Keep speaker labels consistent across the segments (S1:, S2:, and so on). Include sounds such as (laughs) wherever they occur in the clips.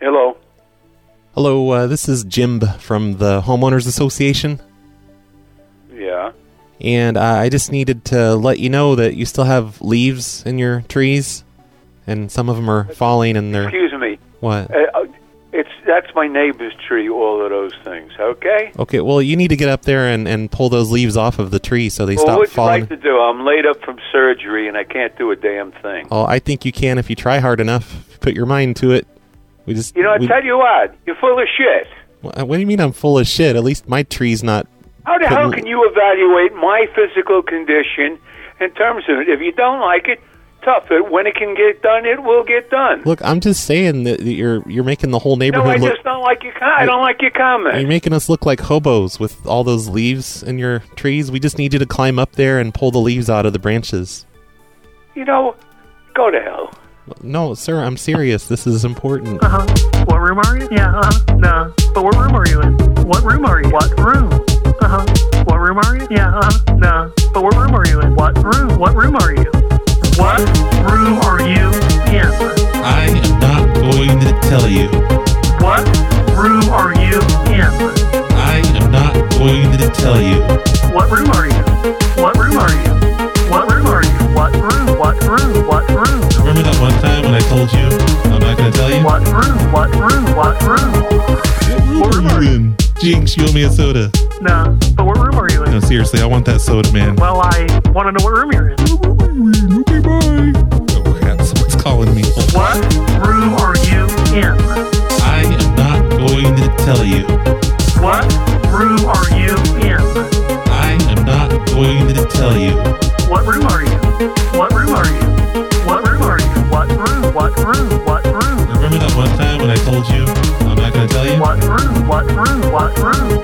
S1: Hello.
S2: Hello, uh, this is Jim from the Homeowners Association,
S1: Yeah.
S2: and uh, I just needed to let you know that you still have leaves in your trees, and some of them are falling, and they're
S1: Excuse me.
S2: what?
S1: Uh, it's that's my neighbor's tree. All of those things. Okay.
S2: Okay, well, you need to get up there and, and pull those leaves off of the tree so they
S1: well,
S2: stop
S1: what you
S2: falling.
S1: like to do? I'm laid up from surgery and I can't do a damn thing.
S2: Oh, I think you can if you try hard enough. If you put your mind to it. We just
S1: You know, I
S2: we-
S1: tell you what, you're full of shit.
S2: Wha- What do you mean I'm full of shit? At least my tree's not.
S1: How the
S2: Couldn't-
S1: hell can you evaluate my physical condition in terms of it? If you don't like it, tough it. When it can get done, it will get done.
S2: Look, I'm just saying that that you're you're making the whole
S1: no, I
S2: neighborhood look.
S1: just don't like your. Com- I don't like your comment.
S2: You're making us look like hobos with all those leaves in your trees. We just need you to climb up there and pull the leaves out of the branches.
S1: you know, go to hell.
S2: No, sir, I'm serious. This is important.
S3: Uh huh. What room are you? Yeah, uh huh. No. But what room are you in? What room are you? What room? Uh huh. What room are you? Yeah, uh huh. No. But what room are you in? What room? What room are you? What room are you in?
S4: I am not going to tell you.
S3: What room are you in?
S4: I am not going to tell you.
S3: What room are you? What room are you? What room are you? What room? What room? What room?
S4: Remember that one time when I told you I'm not going to tell you?
S3: What room? What room? What room?
S4: What room are you in? Jinx, you owe me a soda.
S3: No. But what room are you
S4: No,
S3: in?
S4: seriously, I want that soda, man.
S3: Well, I want to know what room you're in.
S4: Okay, bye. Oh, crap, someone's calling me.
S3: What room are you in?
S4: I am not going to tell you.
S3: What room are you in?
S4: I am not going to tell you.
S3: What room are you? What room are you? What room are you? What room? What room? What room?
S4: Remember that one time when I told you I'm not going to tell you?
S3: What room? What room? What room?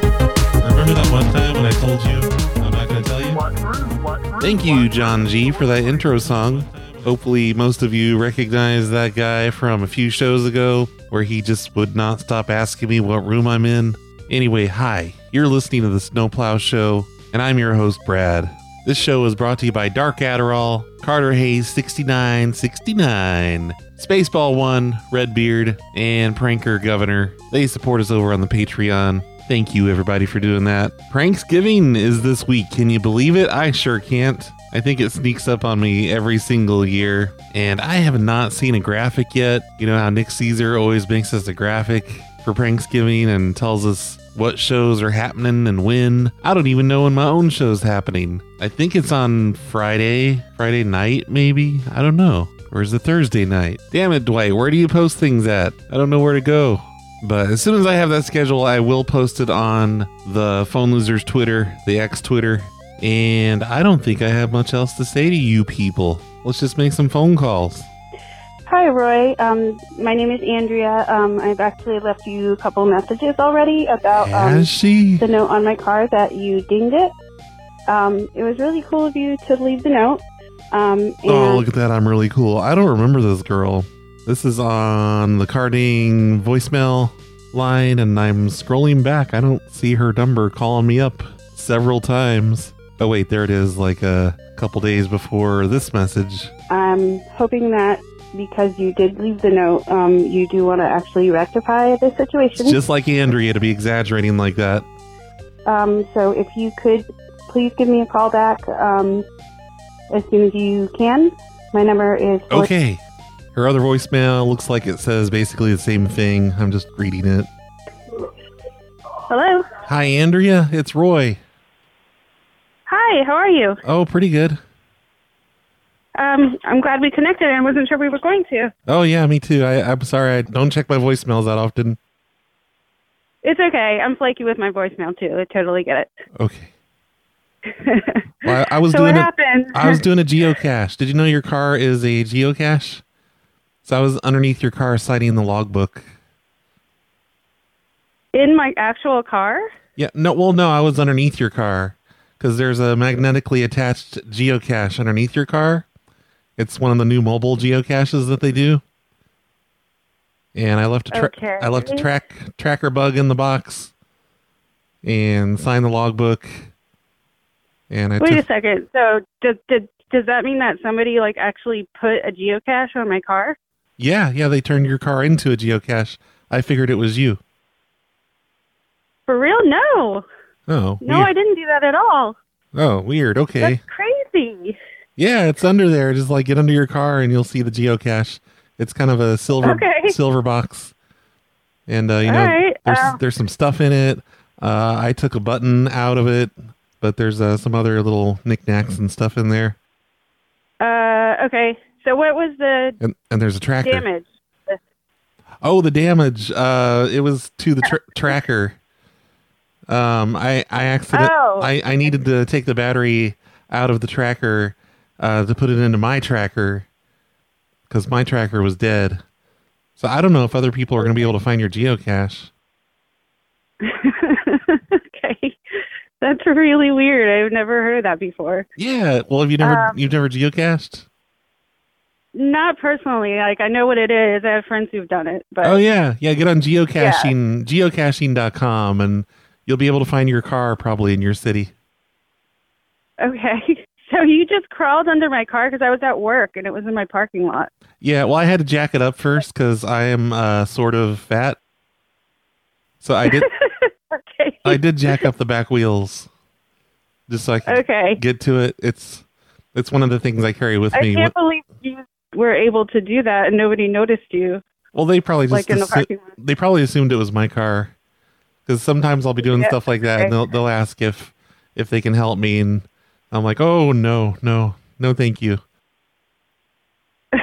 S4: Remember that one time when I told you I'm not going to tell you?
S3: What room? What room?
S4: Thank you, John G, for that intro song. Hopefully, most of you recognize that guy from a few shows ago where he just would not stop asking me what room I'm in. Anyway, hi, you're listening to The Snowplow Show, and I'm your host, Brad. This show is brought to you by Dark Adderall, Carter Hayes 6969, Spaceball 1, Redbeard, and Pranker Governor. They support us over on the Patreon. Thank you, everybody, for doing that. Pranksgiving is this week. Can you believe it? I sure can't. I think it sneaks up on me every single year. And I have not seen a graphic yet. You know how Nick Caesar always makes us a graphic for Pranksgiving and tells us what shows are happening and when. I don't even know when my own show's happening. I think it's on Friday, Friday night, maybe. I don't know. Or is it Thursday night? Damn it, Dwight, where do you post things at? I don't know where to go. But as soon as I have that schedule, I will post it on the Phone Losers Twitter, the X Twitter. And I don't think I have much else to say to you people. Let's just make some phone calls.
S5: Hi, Roy. Um, my name is Andrea. Um, I've actually left you a couple messages already about um,
S4: Has she?
S5: the note on my car that you dinged it. Um, it was really cool of you to leave the note. Um, and
S4: Oh, look at that. I'm really cool. I don't remember this girl. This is on the carding voicemail line, and I'm scrolling back. I don't see her number calling me up several times. Oh, wait, there it is, like a couple days before this message.
S5: I'm hoping that because you did leave the note, um, you do want to actually rectify this situation.
S4: It's just like Andrea to be exaggerating like that.
S5: Um, so if you could please give me a call back um, as soon as you can. My number is four-
S4: Okay. Her other voicemail looks like it says basically the same thing. I'm just reading it.
S5: Hello.
S4: Hi, Andrea. It's Roy.
S5: Hi. How are you?
S4: Oh, pretty good.
S5: Um, I'm glad we connected. I wasn't sure we were going to.
S4: Oh, yeah, me too. I, I'm sorry. I don't check my voicemails that often.
S5: It's okay. I'm flaky with my voicemail too. I totally get
S4: Okay.
S5: (laughs) it.
S4: Well, I, I
S5: (laughs)
S4: was
S5: so
S4: doing
S5: what
S4: a-
S5: happened?
S4: I was doing a geocache. Did you know your car is a geocache? So I was underneath your car citing the logbook.
S5: in my actual car.
S4: Yeah, no, well, no, I was underneath your car because there's a magnetically attached geocache underneath your car. It's one of the new mobile geocaches that they do. And I left a tra-
S5: Okay.
S4: I left a track tracker bug in the box, and signed the logbook. And I
S5: Wait
S4: took
S5: a second. So does did, does that mean that somebody like actually put a geocache on my car?
S4: yeah yeah they turned your car into a geocache. I figured it was you.
S5: For real? No.
S4: Oh,
S5: No, I
S4: weird.
S5: didn't do that at all.
S4: oh, weird. Okay,
S5: That's crazy.
S4: yeah, it's under there. Just like get under your car and you'll see the geocache. It's kind of a silver
S5: Okay.
S4: (laughs) silver box, and uh, you
S5: All
S4: know
S5: right,
S4: there's
S5: uh,
S4: there's some stuff in it. Uh, I took a button out of it, but there's uh, some other little knickknacks and stuff in there,
S5: Uh, okay. So what was the
S4: and and there's a tracker.
S5: damage?
S4: Oh, the damage. Uh, it was to the tr (laughs) tracker. Um, I I accident.
S5: Oh.
S4: I I needed to take the battery out of the tracker, uh, to put it into my tracker, because my tracker was dead. So I don't know if other people are going to be able to find your geocache.
S5: okay. That's really weird. I've never heard of that before.
S4: Yeah. Well, have you never
S5: Um.
S4: you've never geocached?
S5: Not personally. Like I know what it is. I have friends who've done it, but
S4: Oh yeah, yeah. Get on geocaching geocaching.com and you'll be able to find your car probably in your city.
S5: okay. (laughs) So you just crawled under my car because I was at work and it was in my parking lot.
S4: Yeah, well, I had to jack it up first because I am uh, sort of fat, so I did
S5: (laughs) Okay.
S4: I did jack up the back wheels just so I could
S5: okay.
S4: get to it. It's it's one of the things I carry with
S5: I
S4: me.
S5: can't believe you were able to do that and nobody noticed you. (laughs)
S4: Well, they probably just
S5: Like in the
S4: assu-
S5: parking lot.
S4: they probably assumed it was my car because sometimes I'll be doing
S5: Yeah,
S4: stuff like that, and they'll they'll ask if if they can help me, and I'm like, oh no, no, no, thank you.
S5: All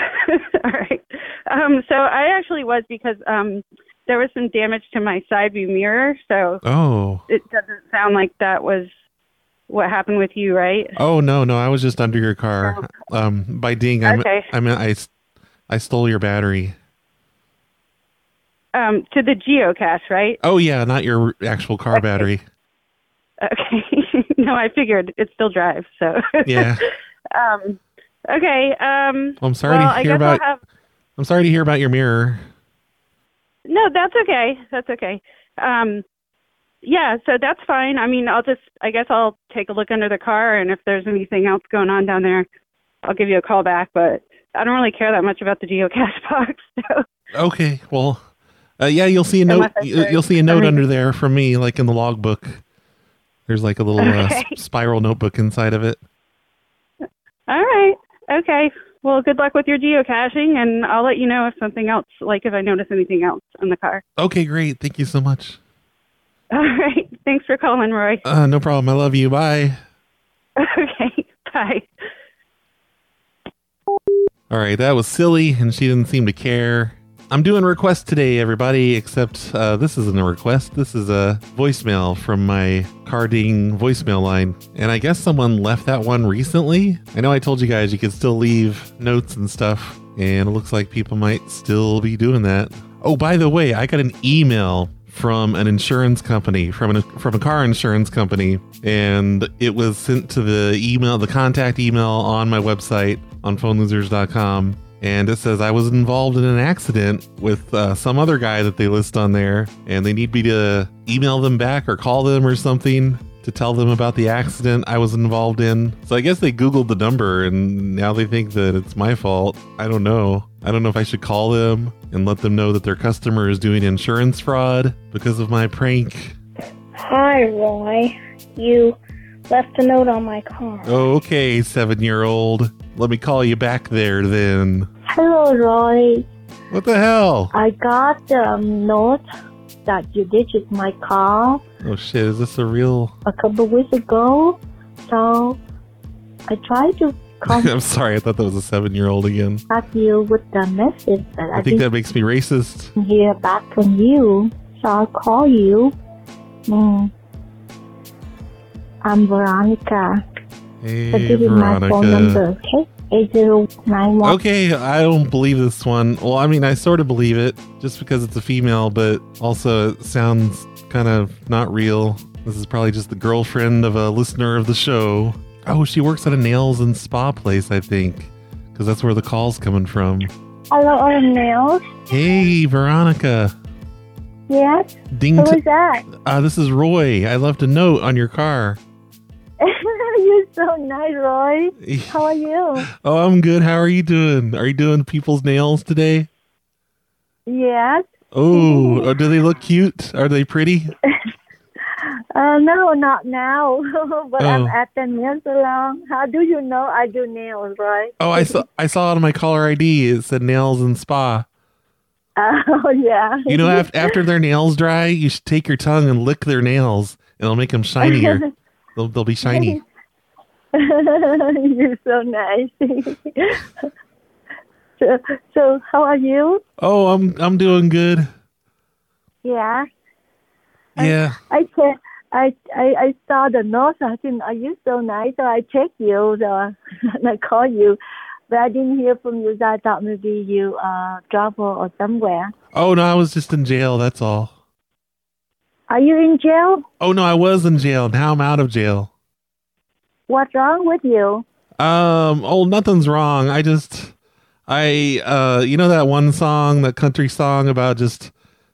S5: right. Um, so I actually was because um, there was some damage to my side view mirror. So
S4: Oh,
S5: it doesn't sound like that was what happened with you, right?
S4: oh no, no, I was just under your car. Um, by ding,
S5: Oh,
S4: I'm,
S5: Okay.
S4: I mean I s- I stole your battery.
S5: Um, to the geocache, right?
S4: Oh yeah, not your actual car battery.
S5: Okay. (laughs) no, I figured it still drives. So
S4: Yeah,
S5: (laughs) um, okay. Um,
S4: I'm sorry
S5: well,
S4: to
S5: I
S4: hear
S5: guess
S4: about.
S5: I'll have.
S4: I'm sorry to hear about your mirror.
S5: No, that's okay. That's okay. Um, yeah, so that's fine. I mean, I'll just, I guess I'll take a look under the car, and if there's anything else going on down there, I'll give you a call back. But I don't really care that much about the geocache (laughs) box. So,
S4: Okay, well, uh, yeah, you'll see a note.
S5: Unless I
S4: you-
S5: say
S4: You'll see a note
S5: something.
S4: under there from me, like in the logbook. There's like a little uh, s-
S5: Okay.
S4: spiral notebook inside of it.
S5: all right, okay. Well, good luck with your geocaching, and I'll let you know if something else, like if I notice anything else on the car. (laughs)
S4: Okay, great. Thank you so much.
S5: All right, thanks for calling, Roy.
S4: Uh, no problem. I love you. Bye.
S5: (laughs) Okay, bye.
S4: All right, that was silly, and she didn't seem to care. I'm doing requests today, everybody, except uh, this isn't a request. This is a voicemail from my carding voicemail line. And I guess someone left that one recently. I know I told you guys you could still leave notes and stuff, and it looks like people might still be doing that. Oh, by the way, I got an email from an insurance company, from an, from a car insurance company, and it was sent to the email, the contact email on my website on phonelosers.com. And it says, I was involved in an accident with uh, some other guy that they list on there, and they need me to email them back or call them or something to tell them about the accident I was involved in. So I guess they Googled the number and now they think that it's my fault. I don't know. I don't know if I should call them and let them know that their customer is doing insurance fraud because of my prank.
S6: Hi, Roy. You left a note on my car.
S4: Oh, okay, seven year old. Let me call you back there then.
S6: Hello, Roy.
S4: What the hell?
S6: I got the note that you ditched my car
S4: Oh shit, is this a real. (laughs)
S6: a couple weeks ago. So I tried to
S4: I'm sorry, I thought that was a seven year old again.
S6: contact (laughs) you with the message, but I,
S4: I think that makes me racist.
S6: didn't hear back from you. So I call you. Hmm. I'm Veronica.
S4: Hey,
S6: So give you my phone
S4: Veronica.
S6: number, okay? Eight zero nine one.
S4: Okay, I don't believe this one. Well, I mean, I sort of believe it just because it's a female, but also it sounds kind of not real. This is probably just the girlfriend of a listener of the show. Oh, she works at a nails and spa place, I think, because that's where the call's coming from.
S6: Hello, are nails?
S4: Hey, Veronica.
S6: Yes?
S4: Ding.
S6: Who
S4: T-
S7: (laughs)
S6: is that?
S4: uh, this is Roy. I left a note on your car.
S6: You're so nice, Roy.
S4: (laughs)
S6: How are you?
S4: oh, I'm good. How are you doing? Are you doing people's nails today?
S6: Yes.
S4: Oh, oh, do they look cute? Are they pretty?
S7: Uh, no, not now. (laughs) but
S4: Oh.
S7: I'm at the nail salon. How do you know I do nails, right?
S4: Oh, I saw I saw it on my caller ID. It said nails and spa.
S7: (laughs) Oh, yeah.
S4: You know, after, after their nails dry, you should take your tongue and lick their nails, and it'll make them shinier.
S7: (laughs)
S4: they'll, they'll be shiny.
S7: (laughs) You're so nice. (laughs) so, so, how are you?
S4: Oh, I'm I'm doing good.
S7: Yeah.
S4: Yeah.
S7: I check. I, I I saw the notes. I think are you so nice? So I checked you, so (laughs) and I called you, but I didn't hear from you. So I thought maybe you uh travel or somewhere.
S4: Oh no, I was just in jail. That's all.
S7: Are you in jail?
S4: Oh no, I was in jail. Now I'm out of jail.
S7: What's wrong with you?
S4: Um, oh, nothing's wrong. I just, I, uh, you know that one song, that country song about just,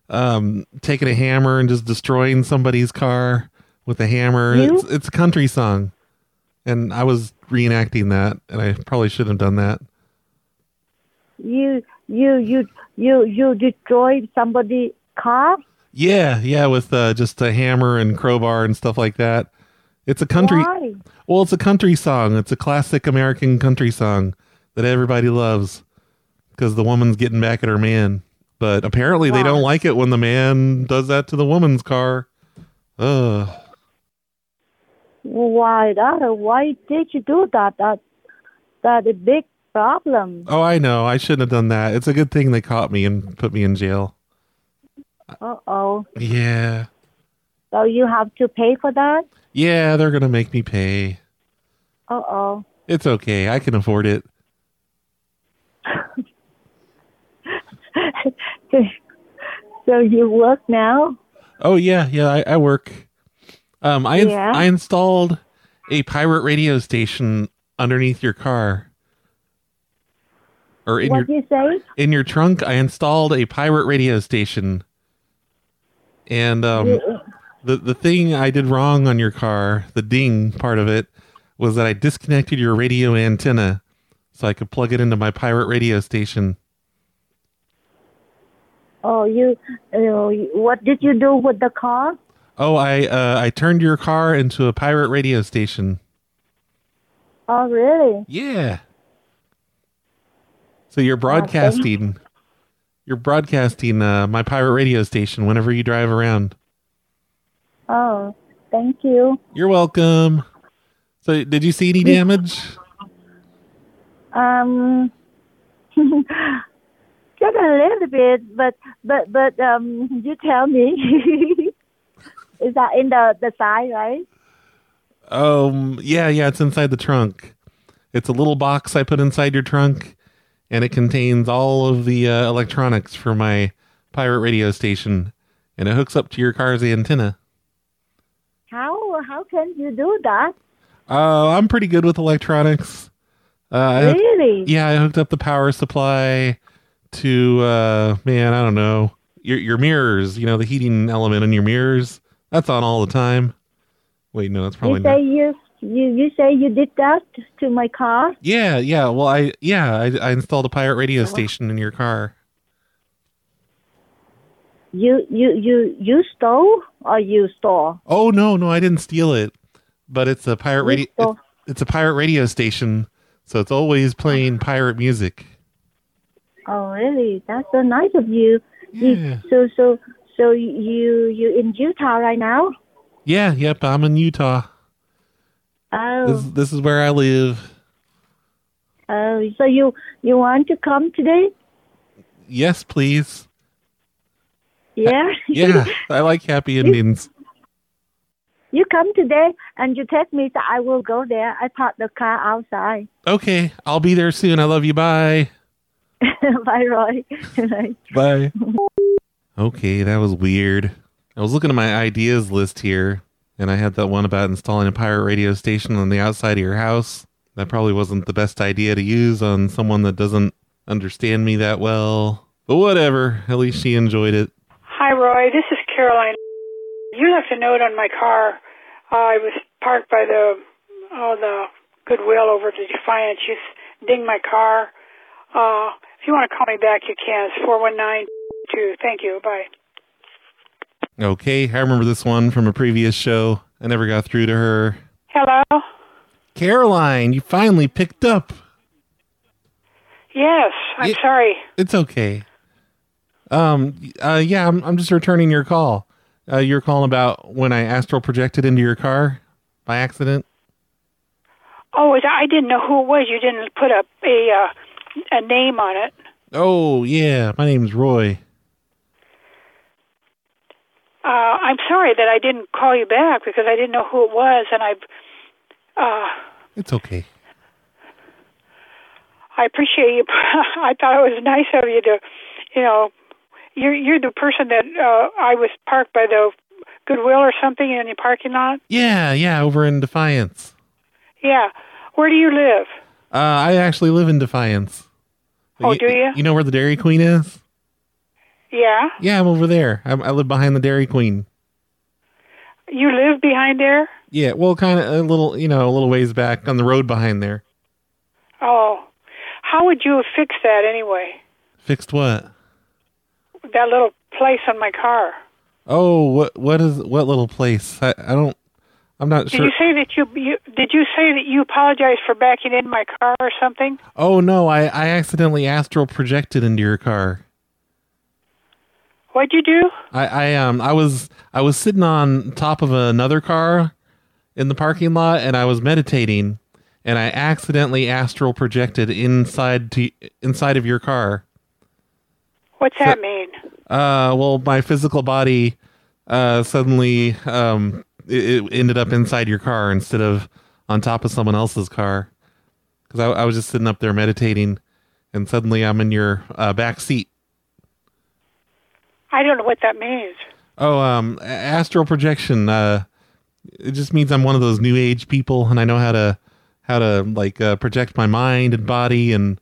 S4: um, taking a hammer and just destroying somebody's car with a hammer.
S7: You?
S4: It's, it's a country song, and I was reenacting that, and I probably shouldn't have done that.
S7: You you you you you destroyed somebody's car?
S4: Yeah, yeah, with uh, just a hammer and crowbar and stuff like that. It's a country.
S7: Why?
S4: Well, it's a country song. It's a classic American country song that everybody loves because the woman's getting back at her man. But apparently, they don't like it when the man does that to the woman's car. Ugh.
S7: Why that? Why did you do that? That that a big problem.
S4: Oh, I know. I shouldn't have done that. It's a good thing they caught me and put me in jail.
S7: Uh oh.
S4: Yeah.
S7: So you have to pay for that?
S4: Yeah, they're going to make me pay.
S7: Uh oh.
S4: It's okay. I can afford it.
S7: (laughs) so you work now?
S4: Oh, yeah. Yeah, I, I work. Um, I, ins-
S7: Yeah.
S4: I installed a pirate radio station underneath your car. Or in your
S7: What you say?
S4: in your trunk i installed a pirate radio station and um the the thing i did wrong on your car the ding part of it was that i disconnected your radio antenna so i could plug it into my pirate radio station
S7: Oh, you. Uh, what did you do with the car?
S4: oh i uh i turned your car into a pirate radio station
S7: Oh, really?
S4: yeah so you're broadcasting you're broadcasting uh, my pirate radio station whenever you drive around
S7: Oh, thank you.
S4: You're welcome. So, did you see any damage?
S7: Um, (laughs) just a little bit, but but but um, you tell me. (laughs) Is that in the the side, right?
S4: Um, yeah, yeah, it's inside the trunk. It's a little box I put inside your trunk, and it contains all of the uh, electronics for my pirate radio station, and it hooks up to your car's antenna.
S7: How how can you do that?
S4: Uh, I'm pretty good with electronics. Uh, I hooked-
S7: Really?
S4: yeah, I hooked up the power supply to uh, man, I don't know your your mirrors. You know, the heating element in your mirrors. That's on all the time. Wait, no, that's probably
S7: you say
S4: not.
S7: you you you say you did that to my car?
S4: Yeah, yeah. Well, I yeah, I, I installed a pirate radio station in your car.
S7: You you you you stole or you stole?
S4: Oh no, no, I didn't steal it, but it's a pirate radio.
S7: stole-
S4: It's a pirate radio station, so it's always playing pirate music.
S7: Oh, really? That's so nice of you. You-
S4: Yeah.
S7: So so so you you in Utah right now?
S4: Yeah, yep. I'm in Utah. This
S7: Oh
S4: this is where I live.
S7: oh. So you you want to come today?
S4: Yes, please.
S7: Yeah.
S4: (laughs) Yeah, I like happy endings.
S7: (laughs) you come today and you text me that I will go there. I park the car outside. (laughs)
S4: Okay, I'll be there soon. I love you. Bye.
S7: Bye, Roy. (laughs)
S4: Bye. Okay, that was weird. I was looking at my ideas list here, and I had that one about installing a pirate radio station on the outside of your house. That probably wasn't the best idea to use on someone that doesn't understand me that well. But whatever. At least she enjoyed it.
S8: Hi, Roy. This is Caroline. You left a note on my car. Uh, I was parked by the oh the Goodwill over to Defiance. You s- dinged my car. Uh, if you want to call me back, you can. It's four one nine
S9: too. Thank you. Bye.
S4: Okay, I remember this one from a previous show. I never got through to her.
S9: Hello.
S4: Caroline, you finally picked up.
S9: Yes. I'm sorry.
S4: It's okay. Um. Uh. Yeah. I'm. I'm just returning your call. Uh. You're calling about when I astral projected into your car by accident.
S9: Oh, it- I didn't know who it was. You didn't put up a uh, a name on it.
S4: Oh yeah. My name's Roy.
S9: Uh, I'm sorry that I didn't call you back because I didn't know who it was, and I uh,
S4: It's okay.
S9: I appreciate you. (laughs) I thought it was nice of you to, you know, you're you're the person that uh, I was parked by the Goodwill or something in the parking lot.
S4: Yeah. Yeah. Over in Defiance.
S9: Yeah. Where do you live?
S4: Uh. I actually live in Defiance.
S9: Oh, do you?
S4: You know where the Dairy Queen is?
S9: Yeah.
S4: Yeah. I'm over there. I, I live behind the Dairy Queen.
S9: You live behind there?
S4: Yeah. Well, kind of a little. You know, a little ways back on the road behind there.
S9: Oh. How would you have fixed that anyway?
S4: Fixed what?
S9: That little place on my car.
S4: Oh, what what is what little place? I, I don't. I'm not
S9: Did
S4: Uh, sure.
S9: you say that you, you did you say that you apologized for backing in my car or something?
S4: oh no, I I accidentally astral projected into your car.
S9: What'd you do?
S4: I I um I was I was sitting on top of another car in the parking lot and I was meditating and I accidentally astral projected inside to inside of your car.
S9: What's that mean?
S4: Uh, well, my physical body uh, suddenly um, it, it ended up inside your car instead of on top of someone else's car. Because I, I was just sitting up there meditating, and suddenly I'm in your uh, back seat.
S9: I don't know what that means.
S4: Oh, um, a- astral projection. Uh, it just means I'm one of those new age people, and I know how to how to like uh, project my mind and body and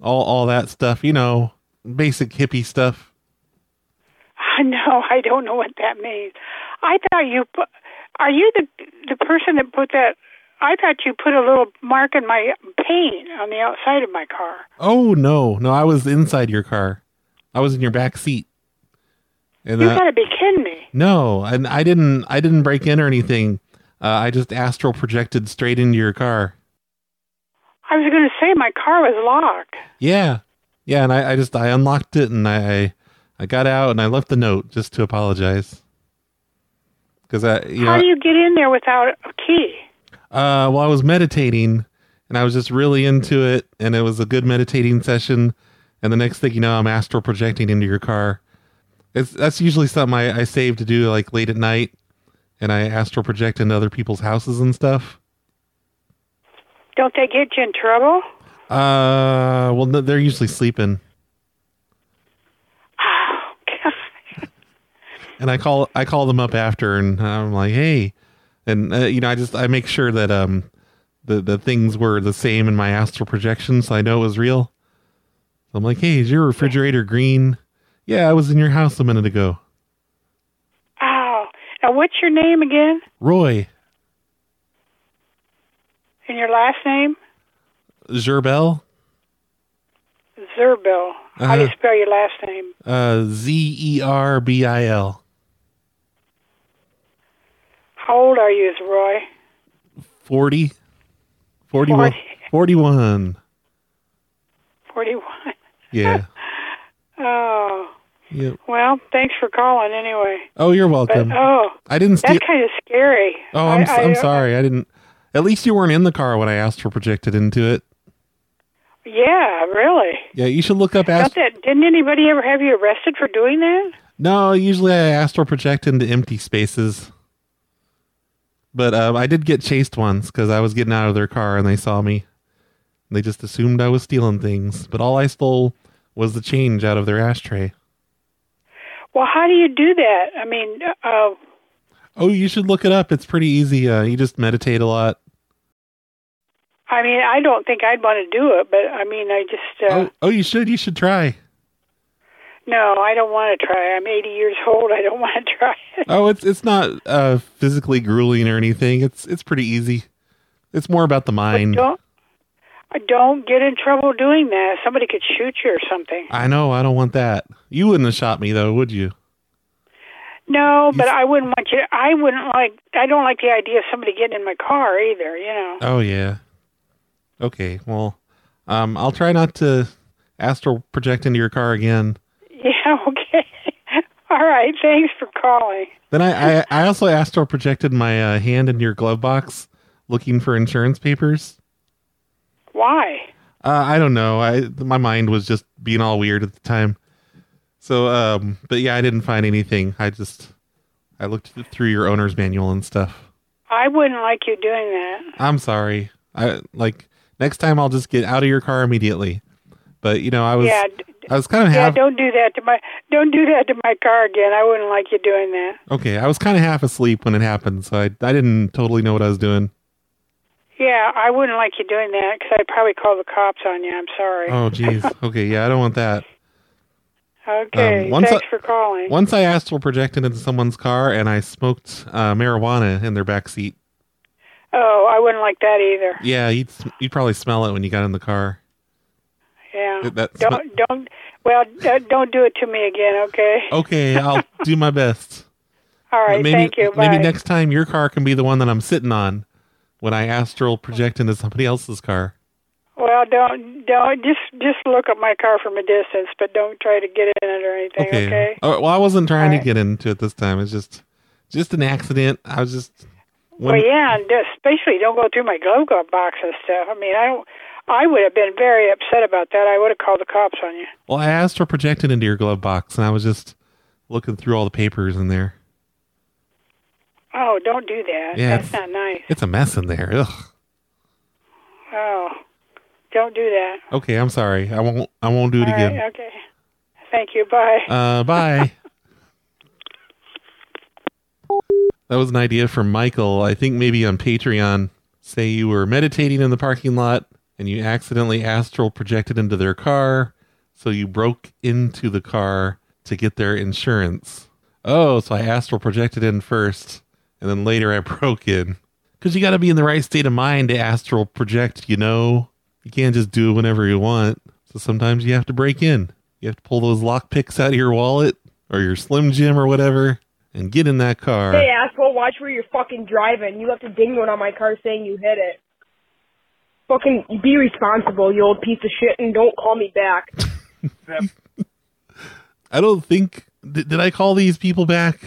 S4: all all that stuff. You know, basic hippie stuff.
S9: (laughs) No, I don't know what that means. I thought you put, are you the the person that put that I thought you put a little mark in my paint on the outside of my car.
S4: Oh no, no! I was inside your car. I was in your back seat. And
S9: You
S4: uh,
S9: gotta be kidding me.
S4: no, and I didn't. I didn't break in or anything. Uh, I just astral projected straight into your car.
S9: I was gonna say my car was locked.
S4: Yeah, yeah. And I, I just I unlocked it and I I got out and I left the note just to apologize. Because I you know
S9: How do you get in there without a key?
S4: Uh, well, I was meditating and I was just really into it, and it was a good meditating session. And the next thing you know, I'm astral projecting into your car. It's that's usually something I, I save to do like late at night, and I astral project into other people's houses and stuff.
S9: Don't they get you in trouble?
S4: Uh, well, no, they're usually sleeping, and I call I call them up after, and I'm like, hey, and uh, you know, I just I make sure that um the the things were the same in my astral projection, so I know it was real. I'm like, hey, is your refrigerator green? Yeah, I was in your house a minute ago,
S9: Oh. Now what's your name again?
S4: Roy
S9: And your last name?
S4: Gerbel,
S9: Zerbil. How do you
S4: Uh-huh.
S9: spell your last name?
S4: uh, Z E R B I L,
S9: How old are you, Roy?
S4: 40, 41, 41.
S9: Forty one.
S4: Yeah,
S9: (laughs) Oh.
S4: yeah.
S9: Well, thanks for calling anyway.
S4: Oh, you're
S9: But
S4: welcome.
S9: oh,
S4: I didn't steal.
S9: that's kind of scary.
S4: Oh, I'm, I,
S9: I- uh,
S4: am i am
S9: I-
S4: sorry. I didn't. At least you weren't in the car when I asked for projected into it.
S9: Yeah, really.
S4: Yeah, you should look up
S9: Not
S4: ast-
S9: that, didn't anybody ever have you arrested for doing that?
S4: No, usually I astral project into empty spaces. But um, I did get chased once because I was getting out of their car and they saw me. They just assumed I was stealing things, but all I stole was the change out of their ashtray.
S9: Well, how do you do that? I mean, uh,
S4: Oh, you should look it up. It's pretty easy. Uh, you just meditate a lot.
S9: I mean, I don't think I'd want to do it, but I mean, I just uh,
S4: Oh, oh, you should. You should try.
S9: no, I don't want to try. I'm 80 years old. I don't (laughs) want to try it.
S4: Oh, it's it's not uh, Hmm. physically grueling or anything. It's it's pretty easy. It's more about the mind.
S9: Don't. Don't get in trouble doing that. Somebody could shoot you or something.
S4: I know. I don't want that. You wouldn't have shot me though, would you?
S9: No, but I wouldn't want you. I wouldn't like. I don't like the idea of somebody getting in my car either. You know.
S4: Oh yeah. Okay. Well, um, I'll try not to astral project into your car again.
S9: (laughs) Yeah. Okay. All right. Thanks for calling.
S4: Then I, I, I also astral projected my uh, hand into your glove box, looking for insurance papers.
S9: Why?
S4: Uh, I don't know. I my mind was just being all weird at the time. So, um, but yeah, I didn't find anything. I just I looked th- through your owner's manual and stuff.
S9: I wouldn't like you doing that.
S4: I'm sorry. I like next time I'll just get out of your car immediately. But you know, I was
S9: Yeah, d-
S4: I was kind of
S9: yeah.
S4: half
S9: Don't do that to my. Don't do that to my car again. I wouldn't like you doing that.
S4: okay. I was kind of half asleep when it happened, so I I didn't totally know what I was doing.
S9: Yeah, I wouldn't like you doing that because I'd probably call the cops on you. I'm sorry.
S4: Oh,
S9: (laughs)
S4: jeez. okay, yeah, I don't want that.
S9: Okay.
S4: Um, once
S9: thanks
S4: I-
S9: for calling.
S4: Once I astral projected into someone's car and I smoked uh, marijuana in their back seat.
S9: Oh, I wouldn't like that either.
S4: Yeah, you'd sm- you'd probably smell it when you got in the car.
S9: Yeah.
S4: Th- that's
S9: don't don't. Well, d- don't do it to me again. Okay. (laughs)
S4: Okay, I'll do my best.
S9: All right.
S4: maybe
S9: thank you. Bye.
S4: maybe next time your car can be the one that I'm sitting on when I astral project into somebody else's car.
S9: Well, don't don't just just look at my car from a distance, but don't try to get in it or anything. Okay.
S4: Oh, well, I wasn't trying
S9: All
S4: to get into it this time. It's just just an accident. I was just when,
S9: well, yeah, and especially don't go through my glove glove box and stuff. I mean, I don't. I would have been very upset about that. I would have called the cops on you.
S4: well, I astral projected into your glove box, and I was just looking through all the papers in there.
S9: Oh, don't do that.
S4: Yeah,
S9: That's
S4: it's-
S9: not nice.
S4: It's a mess in there. Ugh.
S9: Oh, don't do that.
S4: Okay, I'm sorry. I won't. I won't do it
S9: All right,
S4: again.
S9: okay. Thank you. Bye.
S4: Uh, bye. that was an idea from Michael. I think maybe on Patreon. Say you were meditating in the parking lot and you accidentally astral projected into their car, so you broke into the car to get their insurance. Oh, so I astral projected in first, and then later I (laughs) broke in. Because you got to be in the right state of mind to astral project, you know? You can't just do it whenever you want. So sometimes you have to break in. You have to pull those lock picks out of your wallet or your Slim Jim or whatever and get in that car.
S10: Hey, asshole, watch where you're fucking driving. You left a ding one on my car saying you hit it. Fucking be responsible, you old piece of shit, and don't call me back.
S4: I don't think. Did, did I call these people back?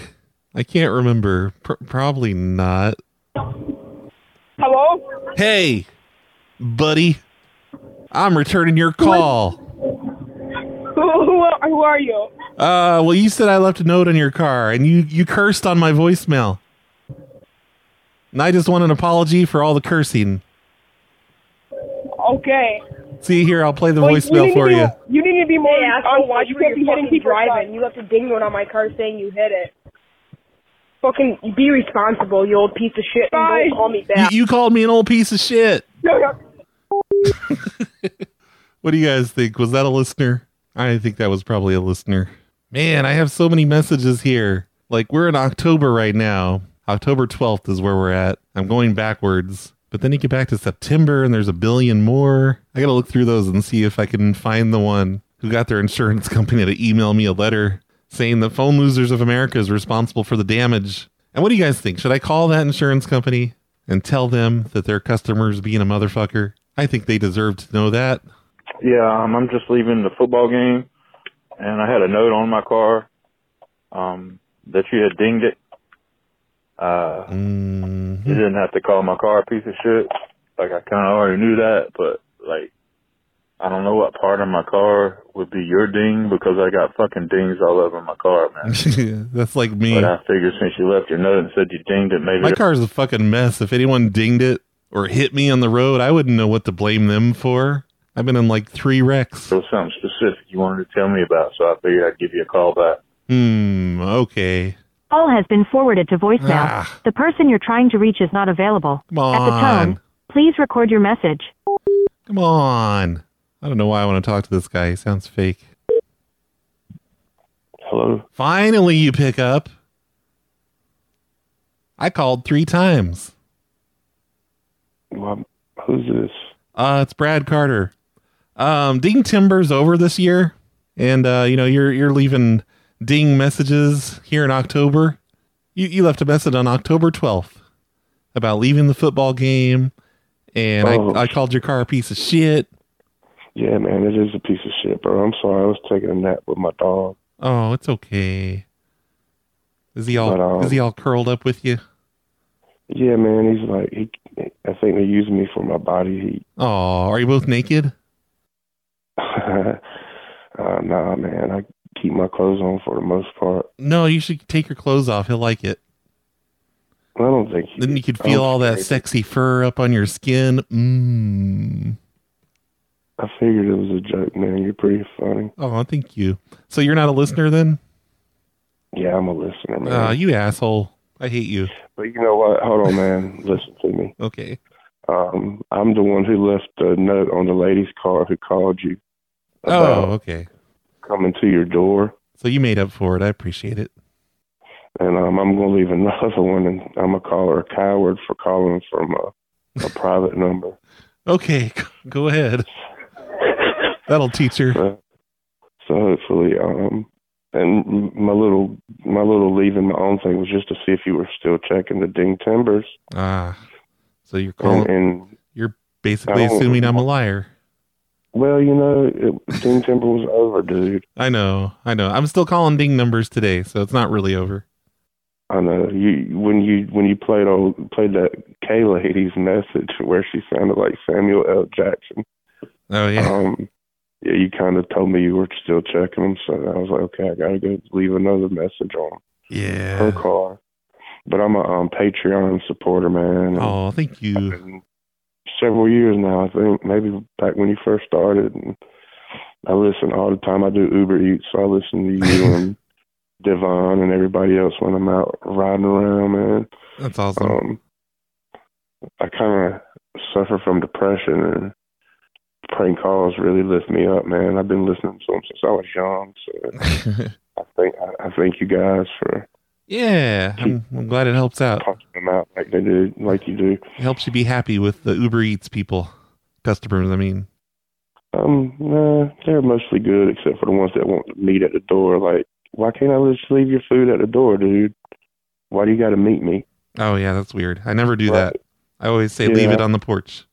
S4: I can't remember. Pr- probably not.
S10: Hello?
S4: Hey, buddy. I'm returning your call.
S10: Who, who, who are you?
S4: Uh, well, you said I left a note on your car, and you you cursed on my voicemail. And I just want an apology for all the cursing.
S10: Okay.
S4: See here, I'll play the
S10: Well,
S4: voicemail
S10: need
S4: for
S10: to
S4: you.
S10: be- You need to be more
S11: Hey, asshole,
S10: responsible.
S11: watch
S10: You
S11: where
S10: can't be
S11: you're
S10: hitting
S11: fucking
S10: people
S11: driving.
S10: You left a ding one on my car saying you hit it. Fucking be responsible, you old piece of shit, and don't call me
S4: you.
S10: back.
S4: You called me an old piece of shit.
S10: No, no.
S4: What do you guys think? Was that a listener? I think that was probably a listener. Man, I have so many messages here. Like, we're in October right now. October 12th is where we're at. I'm going backwards. But then you get back to September and there's a billion more. I got to look through those and see if I can find the one who got their insurance (laughs) company to email me a letter saying the Phone Losers of America is responsible for the damage. And what do you guys think? Should I call that insurance company and tell them that their customer's being a motherfucker? I think they deserve to know that.
S12: Yeah, um, I'm just leaving the football game, and I had a note on my car um, that you had dinged it. Uh,
S4: Mm-hmm.
S12: You didn't have to call my car a piece of shit. Like I kind of already knew that, but like I don't know what part of my car would be your ding because I got fucking dings all over my car,
S4: (laughs)
S12: man.
S4: That's like me.
S12: But I figured since you left your note and said you dinged it, maybe
S4: My car's a fucking mess. If anyone dinged it or hit me on the road, I wouldn't know what to blame them for. I've been in like three wrecks.
S12: there was something specific you wanted to tell me about, so I figured I'd give you a call back.
S4: Hmm, okay.
S13: Call has been forwarded to voicemail.
S4: Ah.
S13: The person you're trying to reach is not available.
S4: Come
S13: At the tone,
S4: on.
S13: please record your message.
S4: Come on. I don't know why I want to talk to this guy. He sounds fake.
S12: Hello.
S4: Finally, you pick up. I called three times.
S12: Well, who's this?
S4: Uh, it's Brad Carter. Um, Ding Timber's over this year, and uh, you know you're you're leaving Ding messages here in October. You you left a message on October 12th about leaving the football game, and
S14: Oh.
S4: I, I called your car a piece of shit.
S14: Yeah, man, it is a piece of shit, bro. I'm sorry. I was taking a nap with my dog.
S4: Oh, it's okay. Is he all
S14: But, um,
S4: is he all curled up with you?
S14: Yeah, man, he's like, he, I think they use me for my body heat. (laughs)
S4: Oh, are you both naked?
S14: uh, nah, man, I keep my clothes on for the most part.
S4: No, you should take your clothes off. He'll like it.
S14: I don't think.
S4: Then you could feel all that sexy fur up on your skin. Mmm.
S14: I figured it was a joke, man. You're pretty funny.
S4: Oh, thank you. So you're not a listener then?
S14: Yeah, I'm a listener, man.
S4: Ah, you asshole. I hate you.
S14: But you know what? Hold on,
S4: (laughs)
S14: man. Listen to me.
S4: Okay.
S14: Um, I'm the one who left the note on the lady's car who called you.
S4: Oh, okay.
S14: Coming to your door,
S4: So you made up for it. I appreciate it.
S14: and um, I'm gonna leave another (laughs) one, and I'm gonna call her a coward for calling from a,
S4: (laughs)
S14: a private number.
S4: Okay, (laughs) go ahead. That'll teach her.
S14: So hopefully, um, and my little my little leaving my own thing was just to see if you were still checking the ding timbers.
S4: Ah. So you're calling
S14: and
S4: you're basically
S14: I don't-
S4: assuming I'm a liar.
S14: Oh. Well, you know, it, Ding Timber was over, dude.
S4: I know. I know. I'm still calling ding numbers today, so it's not really over.
S14: I know you when you when you played old played that K lady's message where she sounded like Samuel L. Jackson.
S4: Oh yeah.
S14: Um, yeah, you kind of told me you were still checking them, so I was like, okay, I gotta go leave another message on
S4: yeah
S14: her car. But I'm a um, Patreon supporter, man.
S4: Oh, thank
S14: you. Several years now, I think maybe back when you first started. And I listen all the time. I do Uber Eats, so I listen to
S4: (laughs)
S14: you and Devon and everybody else when I'm out riding around, man.
S4: That's awesome.
S14: Um, I kind of suffer from depression, and prank calls really lift me up, man. I've been listening to them since I was young, so
S4: (laughs)
S14: I think I, I thank you guys for
S4: Yeah. I'm, I'm glad it helps out.
S14: them out like they do, like you do.
S4: It helps you be happy with the Uber Eats people, customers. I mean,
S14: Um, nah, they're mostly good except for the ones that want meat at the door. Like, why can't I just leave your food at the door, dude? Why do you got to meet me?
S4: oh yeah, that's weird. I never do that. I always say leave
S14: Yeah.
S4: it on the porch.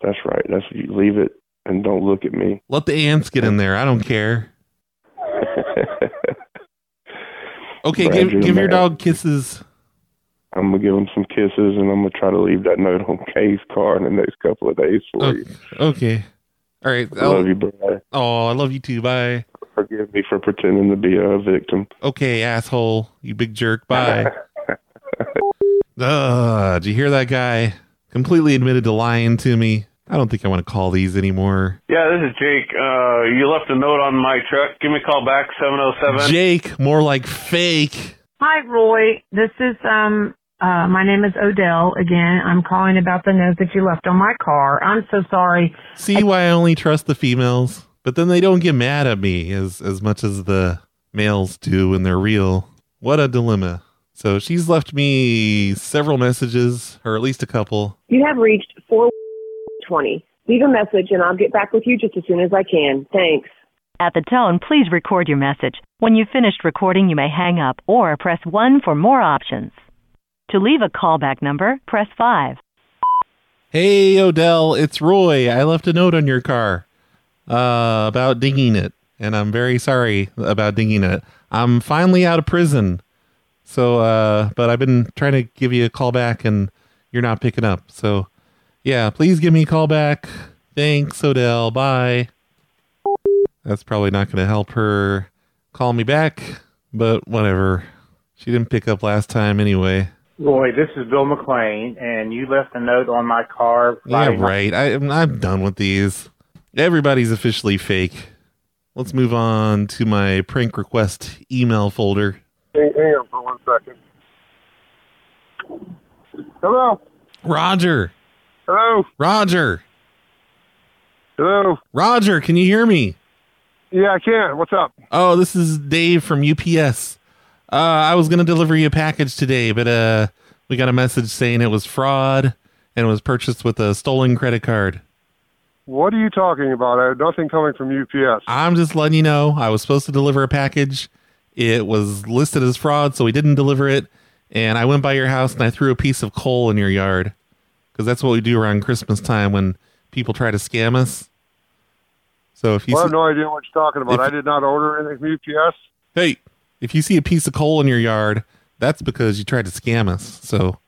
S14: That's right. That's you leave it and don't look at me. (laughs)
S4: Let the ants get in there. I don't care. Okay,
S14: Brad, you're
S4: give give your
S14: mad.
S4: dog kisses.
S14: I'm gonna give him some kisses and I'm gonna try to leave that note on Kay's car in the next couple of days
S4: Oh.
S14: for you.
S4: Okay. All right.
S14: I love you, Brad.
S4: Oh, I love you too. Bye.
S14: Forgive me for pretending to be a victim.
S4: Okay, asshole. You big jerk. Bye. Ugh, did you hear that guy? Completely admitted to lying to me. I don't think I want to call these anymore.
S15: Yeah, this is Jake. Uh, you left a note on my truck. Give me a call back, 707.
S4: Jake, more like fake.
S16: Hi, Roy. This is um. Uh, my name is Odell again. I'm calling about the note that you left on my car. I'm so sorry.
S4: See why I only trust the females, but then they don't get mad at me as as much as the males do when they're real. What a dilemma. So she's left me several messages, or at least a couple.
S17: You have reached 420. Leave a message and I'll get back with you just as soon as I can. Thanks.
S18: At the tone, please record your message. When you've finished recording, you may hang up or press 1 for more options. To leave a callback number, press 5.
S4: Hey Odell, it's Roy. I left a note on your car uh, about dinging it, and I'm very sorry about dinging it. I'm finally out of prison, so uh, but I've been trying to give you a call back, and you're not picking up. So yeah, please give me a call back. Thanks, Odell. Bye. That's probably not going to help her call me back, but whatever. She didn't pick up last time anyway.
S19: Roy, this is Bill McLean, and you left a note on my car.
S4: Yeah,
S19: Friday night.
S4: right. I, I'm, I'm done with these. Everybody's officially fake. Let's move on to my prank request email folder.
S20: Hang hang on for one second. Hello.
S4: Roger.
S20: Hello.
S4: Roger.
S20: Hello.
S4: Roger, can you hear me?
S20: Yeah, I can. What's up?
S4: Oh, this is Dave from UPS. Uh, I was going to deliver you a package today, but uh, we got a message saying it was fraud and it was purchased with a stolen credit card.
S20: What are you talking about? I have nothing coming from UPS.
S4: I'm just letting you know I was supposed to deliver a package. It was listed as fraud, so we didn't deliver it. And I went by your house and I threw a piece of coal in your yard because that's what we do around Christmas time when people try to scam us. So if you
S20: Well, I
S4: see,
S20: have no idea what you're talking about.
S4: If-
S20: I did not order anything from UPS.
S4: hey, if you see a piece of coal in your yard, that's because you tried to scam us. So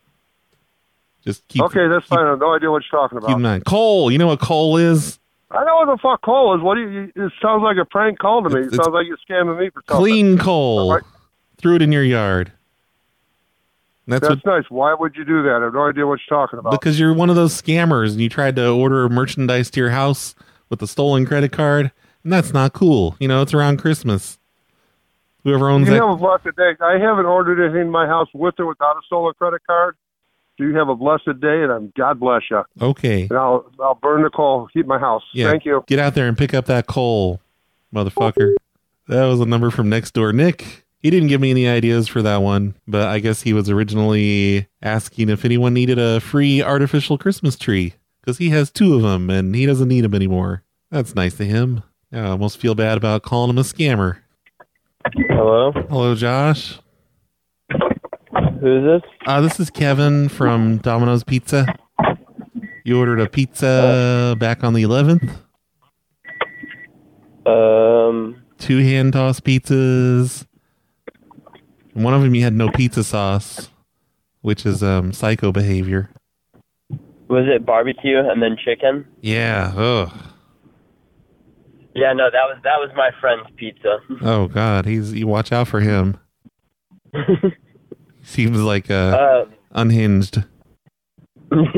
S4: just keep
S20: okay, that's fine. I have no idea what you're talking
S4: keep in
S20: about.
S4: mind coal. You know what coal is?
S20: I know what the fuck call is. What do you? you- It sounds like a prank call to me. It sounds like you're scamming me for something.
S4: Clean coal. Threw it in your yard. That's,
S20: That's,
S4: what,
S20: nice. Why would you do that? I have no idea what you're talking about.
S4: because you're one of those scammers and you tried to order merchandise to your house with a stolen credit card, and that's not cool. You know, it's around Christmas. Whoever owns
S20: you
S4: that,
S20: have a blessed day. I haven't ordered anything in my house with or without a solar credit card. Do you have a blessed day? And I'm, God bless you.
S4: okay,
S20: And I'll I'll burn the coal. Keep my house.
S4: yeah,
S20: Thank you.
S4: Get out there and pick up that coal, motherfucker. That was a number from next door, Nick. He didn't give me any ideas for that one, but I guess he was originally asking if anyone needed a free artificial Christmas tree because he has two of them and he doesn't need them anymore. That's nice to him. I almost feel bad about calling him a scammer.
S21: Hello.
S4: Hello, Josh.
S21: Who's this?
S4: Uh, this is Kevin from Domino's Pizza. You ordered a pizza back on the 11th.
S21: Um,
S4: Two hand tossed pizzas. And One of them you had no pizza sauce, which is um, psycho behavior.
S21: was it barbecue and then chicken?
S4: Yeah. Ugh.
S21: Yeah, no, that was that was my friend's (laughs) pizza.
S4: Oh God, he's you watch out for him. Seems like uh,
S21: Uh,
S4: unhinged.
S21: yeah,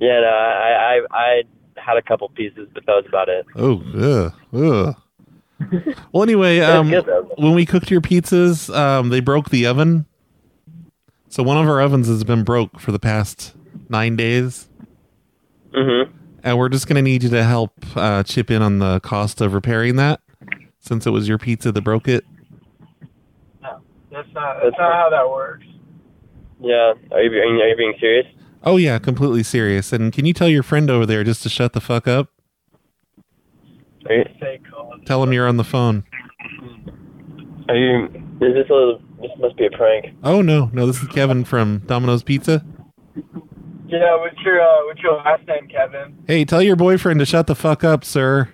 S21: no, I, I I had a couple pieces, but that was about it.
S4: Oh, ugh, ugh. Well, anyway,
S21: That's
S4: um,
S21: good, though.
S4: when we cooked your pizzas, um, they broke the oven. So one of our ovens has been broke for the past nine days.
S21: Mm-hmm.
S4: And we're just going to need you to help uh, chip in on the cost of repairing that since it was your pizza that broke it.
S22: That's not that's not how that works.
S21: Yeah, are you being- are you being serious?
S4: Oh, yeah, completely serious. And can you tell your friend over there just to shut the fuck up?
S21: Are you,
S4: Tell him you're on the phone.
S21: are you? Is this a this must be a prank?
S4: Oh, no, no, this is Kevin from Domino's Pizza.
S22: Yeah, what's your uh, what's your last name, Kevin?
S4: Hey, tell your boyfriend to shut the fuck up, sir.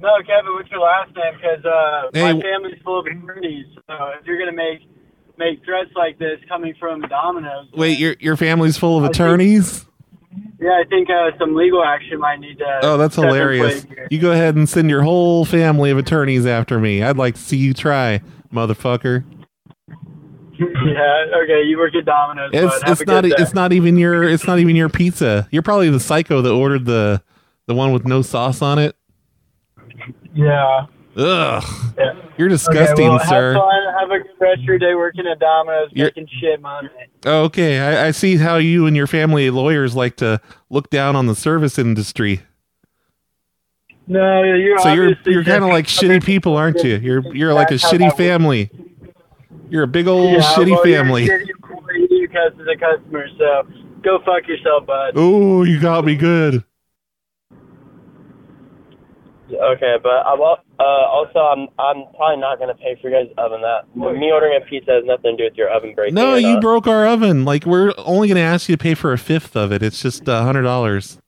S22: No, Kevin, what's your last name? Because uh,
S4: Hey,
S22: my
S4: w-
S22: family's full of attorneys. So if you're gonna make make threats like this coming from Domino's,
S4: Wait, your your family's full of attorneys?
S22: yeah, I think uh, some legal action might need to.
S4: Oh, that's
S22: step in
S4: hilarious.
S22: place.
S4: You go ahead and send your whole family of attorneys after me. I'd like to see you try, motherfucker.
S22: yeah. Okay, you work at Domino's.
S4: It's
S22: bud. Have
S4: it's
S22: a
S4: not e-
S22: good day.
S4: it's not even your it's not even your pizza. You're probably the psycho that ordered the the one with no sauce on it.
S22: Yeah.
S4: Ugh.
S22: Yeah.
S4: You're disgusting,
S22: okay, well,
S4: sir.
S22: Have fun. Have a good rest of your day working at Domino's,
S4: You're-
S22: making shit money.
S4: Oh, Okay, I, I see how you and your family lawyers like to look down on the service industry.
S22: No, you're
S4: so you're
S22: obviously
S4: you're kind of
S22: just- (laughs)
S4: like shitty people, aren't you? You're you're like a
S22: That's how that
S4: shitty
S22: works.
S4: family. You're a big old
S22: Yeah,
S4: shitty
S22: well, you're a
S4: family.
S22: shitty employee because of the customer, so go fuck yourself, bud.
S4: Oh, you got me good.
S21: Okay, but I will, uh, also I'm I'm probably not gonna pay for your guys' oven. That me ordering a pizza has nothing to do with your oven breaking.
S4: No,
S21: or
S4: you
S21: not.
S4: broke our oven. Like we're only going to ask you to pay for a fifth of it. It's just a hundred dollars.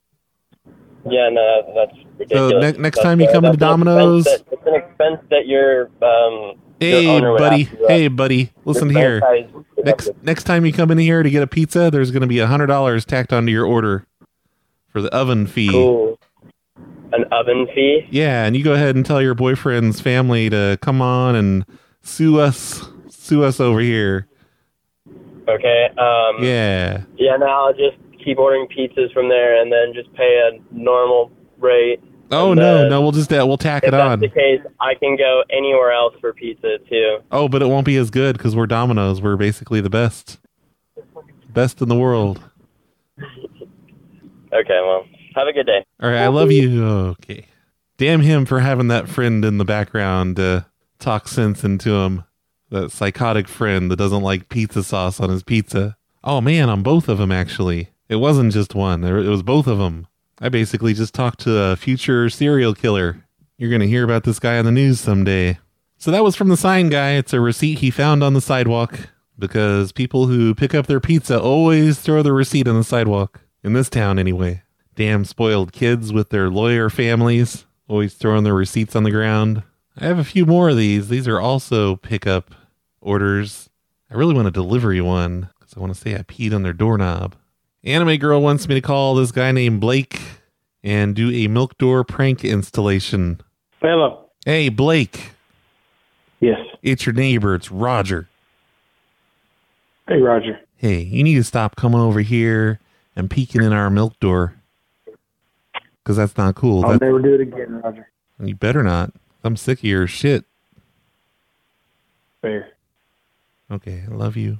S21: Yeah, no, that- that's ridiculous.
S4: ne- next
S21: That's
S4: time you
S21: fair.
S4: come to
S21: That's an expense
S4: Domino's-
S21: that- it's an expense that your um. your
S4: Hey,
S21: owner would
S4: buddy.
S21: have to, uh,
S4: Hey, buddy. Listen
S21: your
S4: here.
S21: franchise-
S4: Next next time you come in here to get a pizza, there's going to be a hundred dollars tacked onto your order for the oven fee.
S21: Cool. An oven fee.
S4: Yeah, and you go ahead and tell your boyfriend's family to come on and sue us, sue us over here.
S21: Okay. Um.
S4: Yeah.
S21: Yeah. No, I'll just keep ordering pizzas from there, and then just pay a normal rate.
S4: Oh
S21: And
S4: no,
S21: then
S4: no, we'll just uh, we'll tack
S21: If
S4: it
S21: that's
S4: on.
S21: the case, I can go anywhere else for pizza too. (laughs)
S4: Oh, but it won't be as good because we're Domino's. We're basically the best, best in the world.
S21: Okay. Well, have a good day.
S4: All right, I love you. Okay, damn him for having that friend in the background to talk sense into him. That psychotic friend that doesn't like pizza sauce on his pizza. Oh man, on both of them actually. It wasn't just one. There- It was both of them. I basically just talked to a future serial killer. You're going to hear about this guy on the news someday. So that was from the sign guy. It's a receipt he found on the sidewalk because people who pick up their pizza always throw the receipt on the sidewalk. In this town, anyway. Damn spoiled kids with their lawyer families always throwing their receipts on the ground. I have a few more of these. These are also pickup orders. I really want a delivery one because I want to say I peed on their doorknob. Anime Girl wants me to call this guy named Blake and do a milk door prank installation.
S23: Hello.
S4: Hey, Blake.
S23: Yes.
S4: It's your neighbor. It's Roger.
S23: Hey, Roger.
S4: Hey, you need to stop coming over here and peeking in our milk door because that's not cool.
S24: Oh,
S23: I'll
S4: That-
S23: never do it again, Roger.
S4: you better not. I'm sick of your shit.
S23: Fair.
S4: Okay, I love you.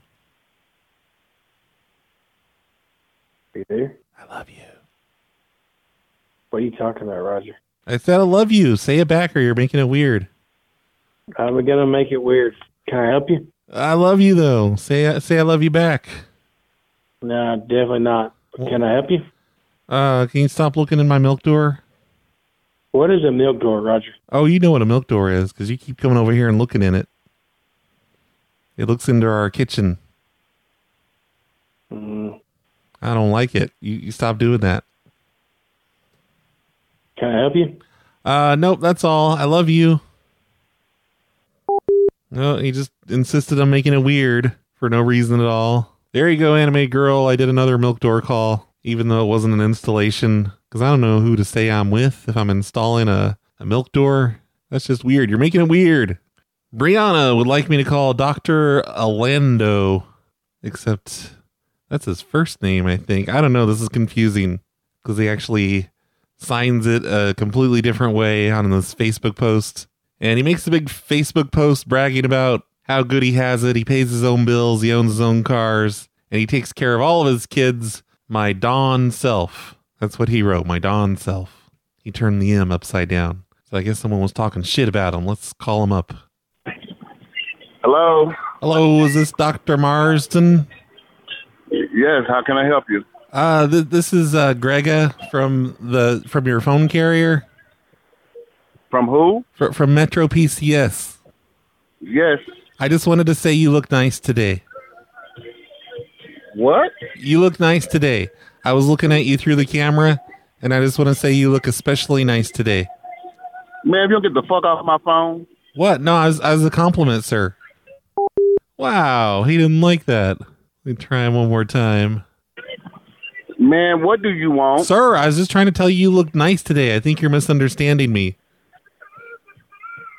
S23: Are you there? I love you. What are you talking about, Roger?
S4: I said I love you. Say it back or you're making it weird.
S23: I'm gonna make it weird. Can I help you?
S4: I love you though. Say say I love you back.
S23: No, definitely not. Can I help you?
S4: Uh, can you stop looking in my milk door?
S23: What is a milk door, Roger?
S4: Oh, you know what a milk door is because you keep coming over here and looking in it. It looks into our kitchen.
S23: Mm,
S4: I don't like it. You, you stop doing that.
S23: can I help you?
S4: Uh, nope, that's all. I love you. No, he just insisted on making it weird for no reason at all. There you go, anime girl. I did another milk door call, even though it wasn't an installation, because I don't know who to say I'm with if I'm installing a, a milk door. That's just weird. You're making it weird. Brianna would like me to call Dr. Alando, except that's his first name, I think. I don't know. This is confusing because he actually signs it a completely different way on this Facebook post. And he makes a big Facebook post bragging about how good he has it. He pays his own bills, he owns his own cars, and he takes care of all of his kids. My Don self. That's what he wrote, my Don self. He turned the M upside down. So I guess someone was talking shit about him. Let's call him up.
S15: Hello.
S4: Hello, is this Dr. Marsden?
S15: Yes. How can I help you?
S4: Uh, th- this is uh, Grega from the from your phone carrier.
S15: From who?
S4: Fr- from Metro PCS.
S15: Yes.
S4: I just wanted to say you look nice today.
S15: What?
S4: You look nice today. I was looking at you through the camera, and I just want to say you look especially nice today.
S15: Man, if you don't get the fuck off my phone.
S4: What? No, I was, I was a compliment, sir. Wow, he didn't like that. Let me try him one more time.
S15: Man, what do you want?
S4: Sir, I was just trying to tell you you look nice today. I think you're misunderstanding me.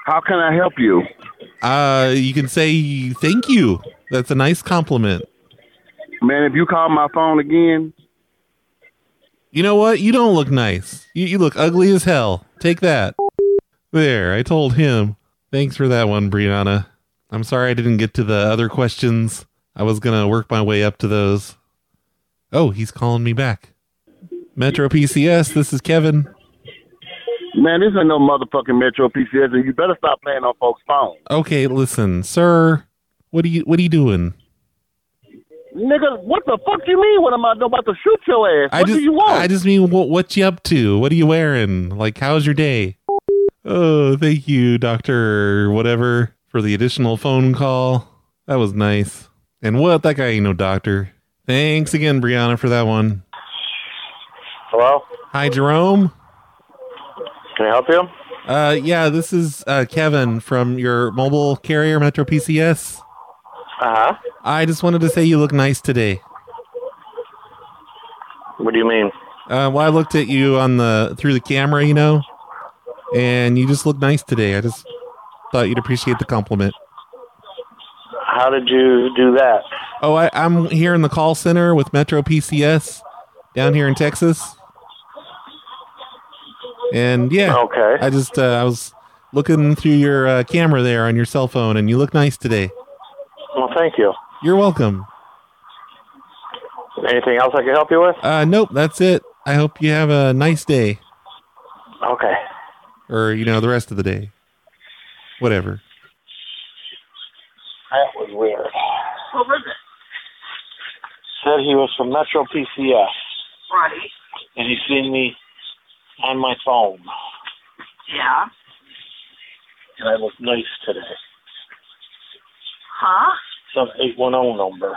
S15: How can I help you?
S4: Uh, you can say thank you. That's a nice compliment.
S15: Man, if you call my phone again,
S4: You know what? You don't look nice. You, you look ugly as hell. Take that. There, I told him. Thanks for that one, Brianna. I'm sorry I didn't get to the other questions. I was going to work my way up to those. Oh, he's calling me back. Metro PCS, this is Kevin.
S15: man, this ain't no motherfucking Metro PCS, and you better stop playing on folks' phones.
S4: Okay, listen, sir. What are you what are you doing?
S15: Nigga, what the fuck you mean? What am I about to shoot your ass?
S4: I
S15: what
S4: just
S15: do you want?
S4: I just mean what what you up to? What are you wearing? Like how's your day? Oh, thank you, doctor whatever for the additional phone call. That was nice. And what that guy ain't no doctor. Thanks again, Brianna, for that one.
S12: Hello?
S4: Hi, Jerome.
S12: Can I help you?
S4: Uh, yeah, this is uh, Kevin from your mobile carrier, Metro PCS.
S12: Uh huh.
S4: I just wanted to say you look nice today.
S12: What do you mean?
S4: Uh, well, I looked at you on the through the camera, you know, and you just look nice today. I just thought you'd appreciate the compliment.
S12: How did you do that?
S4: Oh, I, I'm here in the call center with Metro PCS down here in Texas, and yeah,
S12: Okay.
S4: I just uh, I was looking through your uh, camera there on your cell phone, and you look nice today.
S12: Well, thank you.
S4: You're welcome.
S12: Anything else I can help you with?
S4: Uh, nope, that's it. I hope you have a nice day,
S12: Okay.
S4: or you know, the rest of the day, whatever.
S12: That was weird. Said he was from Metro PCS,
S25: Right.
S12: and he seen me
S25: on my phone,
S26: Yeah.
S25: and I was nice today.
S26: Huh?
S25: Some 810 number.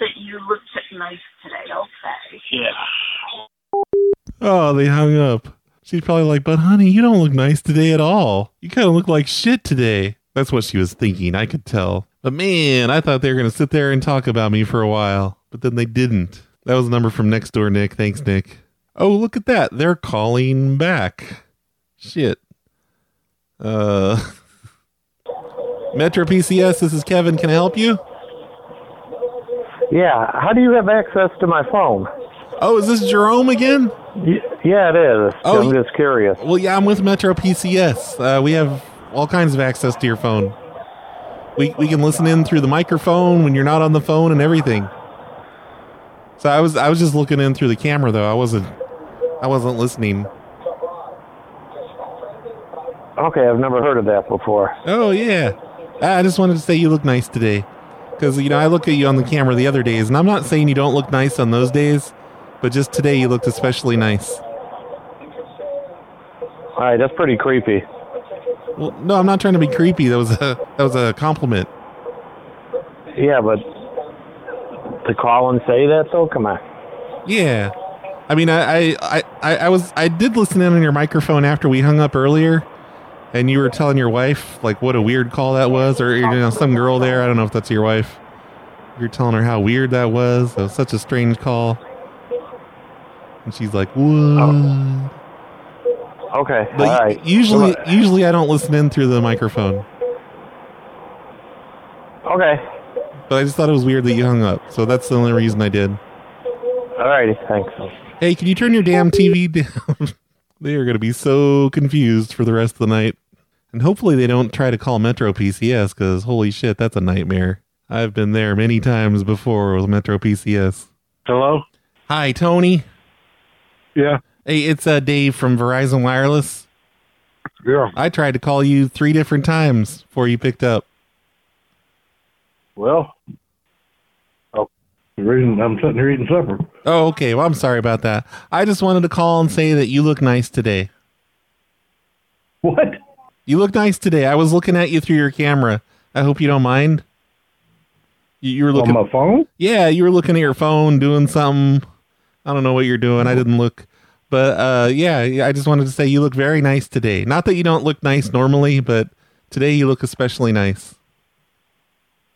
S26: That you looked at nice today. Okay.
S25: Yeah.
S4: Oh, they hung up. She's probably like, but honey, you don't look nice today at all. You kind of look like shit today. That's what she was thinking. I could tell. But man, I thought they were going to sit there and talk about me for a while. But then they didn't. That was a number from next door, Nick. Thanks, Nick. Oh, look at that. They're calling back. Shit. Uh, (laughs) Metro PCS, this is Kevin. Can I help you?
S27: Yeah. How do you have access to my phone?
S4: Oh, is this Jerome again?
S27: yeah, it is.
S4: Oh,
S27: I'm
S4: y-
S27: just curious.
S4: Well, yeah, I'm with Metro PCS. Uh, we have all kinds of access to your phone. We we can listen in through the microphone when you're not on the phone and everything. So I was I was just looking in through the camera though. I wasn't I wasn't listening.
S27: Okay, I've never heard of that before.
S4: Oh yeah. I I just wanted to say you look nice today. Cuz you know, I look at you on the camera the other days and I'm not saying you don't look nice on those days, but just today you looked especially nice.
S27: All right, that's pretty creepy.
S4: Well, no, I'm not trying to be creepy. That was a that was a compliment.
S27: Yeah, but to call and say that though, come on.
S4: Yeah. I mean, I, I- I, I, I was, I did listen in on your microphone after we hung up earlier, and you were telling your wife like what a weird call that was, or you know, some girl there. I don't know if that's your wife. You're telling her how weird that was. That was such a strange call, and she's like, "What?"
S27: Okay.
S4: But
S27: Oh. all
S4: u-
S27: right.
S4: usually, usually I don't listen in through the microphone,
S27: Okay.
S4: but I just thought it was weird that you hung up. So that's the only reason I did.
S27: All righty. Thanks.
S4: Hey, can you turn your damn TV (laughs) down? they are going to be so confused for the rest of the night. And hopefully they don't try to call Metro PCS because holy shit, that's a nightmare. I've been there many times before with Metro PCS.
S27: Hello?
S4: Hi, Tony.
S27: Yeah.
S4: Hey, it's uh, Dave from Verizon Wireless.
S27: Yeah.
S4: I tried to call you three different times before you picked up.
S27: Well,
S14: oh, the reason I'm sitting here eating supper.
S4: Oh, okay. Well, I'm sorry about that. I just wanted to call and say that you look nice today.
S14: What?
S4: You look nice today. I was looking at you through your camera. I hope you don't mind. You, you were looking
S14: my phone.
S4: Yeah, you were looking at your phone, doing something. I don't know what you're doing. I didn't look, but uh, yeah, yeah, I just wanted to say you look very nice today. Not that you don't look nice normally, but today you look especially nice.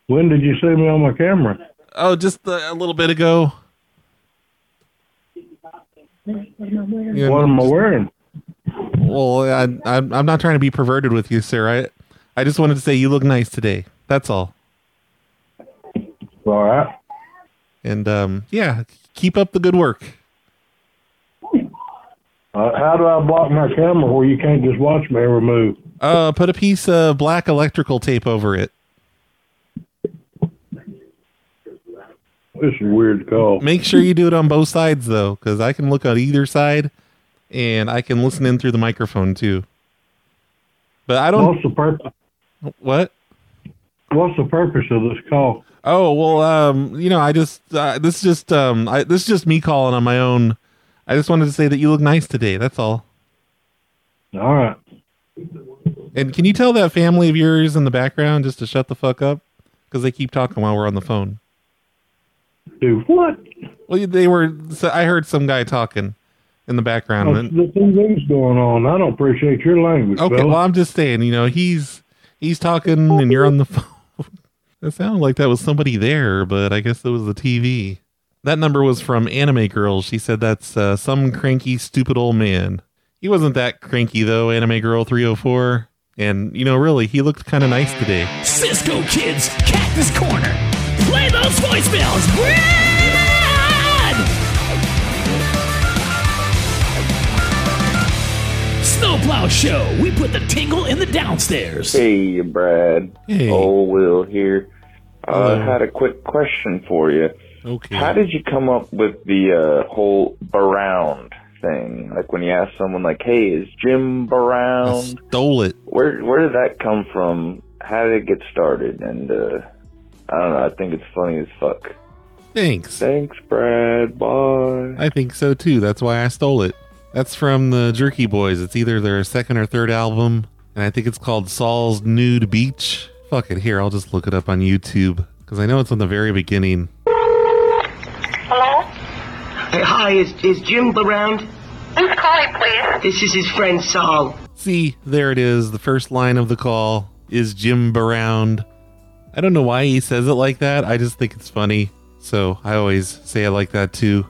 S14: When did you see me on my camera?
S4: Oh, just uh, a little bit ago. Yeah,
S14: what am I
S4: just-
S14: wearing?
S4: Well, I, I'm I'm not trying to be perverted with you, sir. I I just wanted to say you look nice today. That's all.
S14: All right.
S4: And um, yeah, keep up the good work.
S14: Uh, how do I block my camera where you can't just watch me every move?
S4: Uh, put a piece of black electrical tape over it.
S14: This is a weird call.
S4: Make sure you do it on both sides though, because I can look on either side, and I can listen in through the microphone too. But I don't.
S14: What's the purpose?
S4: What?
S14: What's the purpose of this call?
S4: Oh well, um, you know, I just uh, this is just um, I, this is just me calling on my own. I just wanted to say that you look nice today. That's all.
S14: All right.
S4: And can you tell that family of yours in the background just to shut the fuck up because they keep talking while we're on the phone?
S14: Do what?
S4: Well, they were. So I heard some guy talking in the background. and-
S14: The TV's going on. I don't appreciate your language,
S4: Okay,
S14: fella.
S4: well, I'm just saying, you know, he's he's talking and you're on the (laughs) phone. That sounded like that was somebody there, but I guess it was the TV. That number was from Anime Girl. She said that's uh, some cranky, stupid old man. He wasn't that cranky though, Anime Girl 304. And you know, really, he looked kind of nice today.
S28: Cisco Kids, Cactus Corner. Play those voicemails. Bring it on! Snowplow Show. We put the tingle in the downstairs.
S29: Hey, Brad. Hey. Old Will here. Uh, I had a quick question for you.
S4: Okay.
S29: How did you come up with the uh, whole Baround thing? Like when you ask someone, like, "Hey, is Jim Baround?"
S4: Stole it.
S29: Where Where did that come from? How did it get started? And uh, I don't know. I think it's funny as fuck.
S4: Thanks.
S29: Thanks, Brad. Bye.
S4: I think so too. That's why I stole it. That's from the Jerky Boys. It's either their second or third album, and I think it's called Saul's Nude Beach. Fuck it, here, I'll just look it up on YouTube because I know it's on the very beginning.
S1: Hello?
S2: Hey, hi, is, is Jim around?
S1: Who's calling, please?
S2: This is his friend Saul.
S4: See, there it is. The first line of the call is Jim Brown. I don't know why he says it like that. I just think it's funny. So I always say it like that too.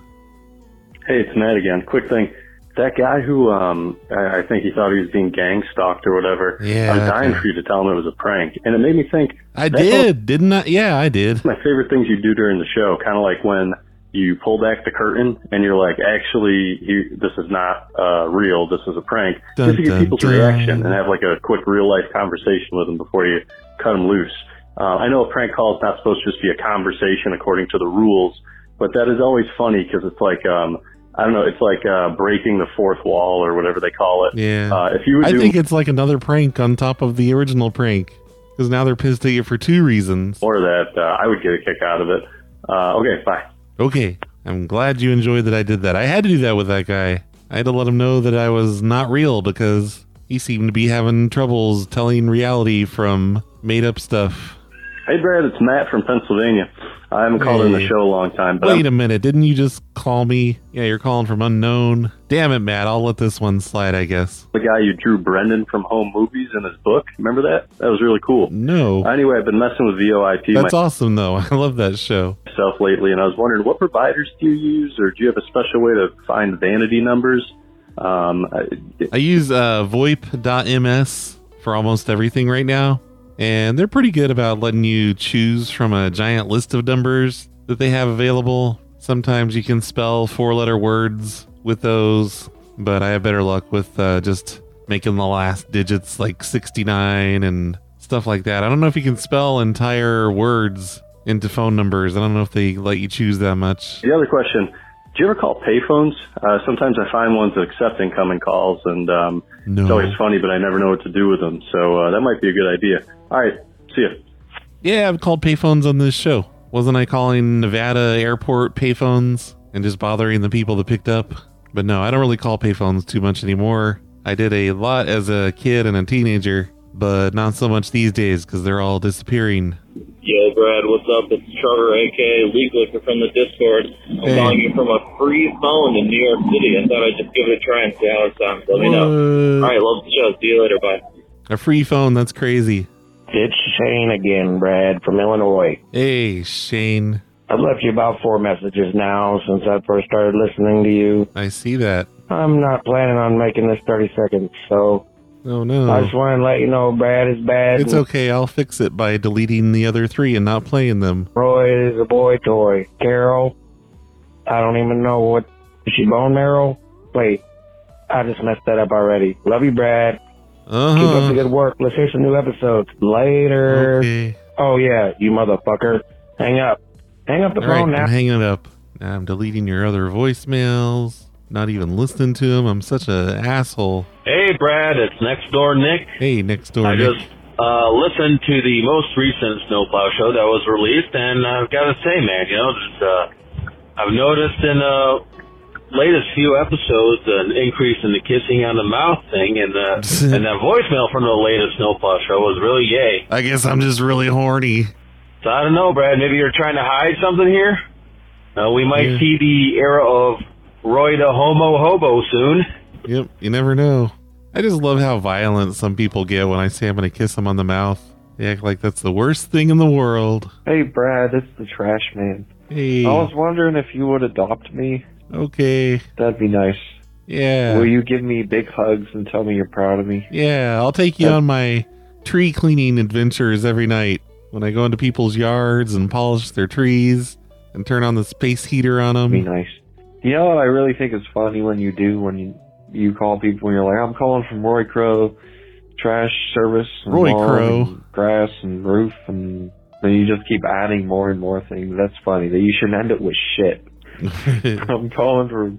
S3: Hey, it's Matt again. Quick thing. That guy who um I, I think he thought he was being gang stalked or whatever.
S4: Yeah,
S3: I'm dying
S4: okay.
S3: for you to tell him it was a prank. And it made me think
S4: I
S3: that's
S4: did, didn't I? Yeah, I did.
S3: one of my favorite things you do during the show, kinda like when you pull back the curtain and you're like, actually, you, this is not uh, real. This is a prank.
S4: Dun,
S3: Just to get
S4: dun,
S3: people's
S4: dun.
S3: reaction and have like a quick real life conversation with them before you cut them loose. Uh, I know a prank call is not supposed to just be a conversation according to the rules, but that is always funny because it's like, um, I don't know, it's like uh, breaking the fourth wall or whatever they call it.
S4: Yeah.
S3: Uh, if you would
S4: I
S3: do
S4: think it's like another prank on top of the original prank because now they're pissed at you for two reasons.
S3: more of that, uh, I would get a kick out of it. Uh, okay, bye.
S4: Okay, I'm glad you enjoyed that I did that. I had to do that with that guy. I had to let him know that I was not real because he seemed to be having troubles telling reality from made up stuff.
S3: Hey, Brad, it's Matt from Pennsylvania. I haven't called in the
S4: Hey.
S3: show a long time, but I'm
S4: Wait a minute, didn't you just call me? Yeah, you're calling from unknown. Damn it, Matt, I'll let this one slide, I guess.
S3: the guy who drew Brendan from Home Movies in his book. Remember that? That was really cool.
S4: No.
S3: Anyway, I've been messing with VOIP
S4: That's awesome, though. (laughs) I love that show.
S3: myself lately, and I was wondering what providers do you use, or do you have a special way to find vanity numbers? Um, I-
S4: I use uh, VoIP.ms for almost everything right now, and they're pretty good about letting you choose from a giant list of numbers that they have available. Sometimes you can spell four letter words with those, but I have better luck with uh, just making the last digits like 69 and stuff like that. I don't know if you can spell entire words into phone numbers. I don't know if they let you choose that much.
S3: the other question: Do you ever call payphones? Uh, sometimes I find ones that accept incoming calls, and um, it's always funny, but I never know what to do with them. So uh, that might be a good idea. All right, see ya.
S4: Yeah, I've called payphones on this show. Wasn't I calling Nevada airport payphones and just bothering the people that picked up? But no, I don't really call payphones too much anymore. I did a lot as a kid and a teenager, but not so much these days because they're all disappearing.
S5: Yo, Brad, what's up? It's Trevor, aka League Licker from the Discord. I'm
S4: Hey.
S5: calling you from a free phone in New York City. I thought I'd just give it a try and see how it sounds. Let me know.
S4: What?
S5: All right, love the show. See you later. Bye.
S4: A free phone, that's crazy.
S6: It's Shane again, Brad, from Illinois.
S4: Hey, Shane.
S6: I've left you about four messages now since I first started listening to you.
S4: I see that.
S6: I'm not planning on making this 30 seconds, so
S4: Oh no.
S6: I just want to let you know Brad is bad.
S4: It's
S6: and
S4: okay, I'll fix it by deleting the other three and not playing them.
S6: Roy is a boy toy. Carol, I don't even know what. Is she bone marrow? Wait, I just messed that up already. Love you, Brad. Keep up
S4: Uh-huh.
S6: the good work. Let's hear some new episodes. Later. Oh, yeah, you motherfucker. Hang up. Hang up the
S4: All right,
S6: phone now.
S4: I'm hanging it up. I'm deleting your other voicemails. Not even listening to them. I'm such an asshole.
S30: Hey, Brad, it's next door Nick.
S4: Hey, next door.
S30: I
S4: Nick.
S30: just uh, listened to the most recent Snowplow show that was released, and I've got to say, man, you know, just, uh, I've noticed in the latest few episodes an increase in the kissing on the mouth thing, and uh,
S4: (laughs)
S30: and that voicemail from the latest Snowplow show was really yay.
S4: I guess I'm just really horny.
S30: So I don't know, Brad. Maybe you're trying to hide something here. Uh, we might
S4: Yeah.
S30: see the era of Roy the Homo Hobo soon.
S4: Yep, you never know. I just love how violent some people get when I say I'm going to kiss them on the mouth. They act like that's the worst thing in the world.
S24: Hey, Brad, it's the trash man.
S4: Hey.
S24: I was wondering if you would adopt me.
S4: Okay.
S24: That'd be nice.
S4: Yeah.
S24: Will you give me big hugs and tell me you're proud of me?
S4: Yeah, I'll take you on my tree cleaning adventures every night when I go into people's yards and polish their trees and turn on the space heater on them.
S24: Be nice. You know what I really think is funny when you do when you you call people and you're like, I'm calling from Roy Crow trash service and
S4: Roy
S24: lawn
S4: Crow.
S24: and grass and roof and then you just keep adding more and more things. That's funny. That you should end it with shit. I'm calling from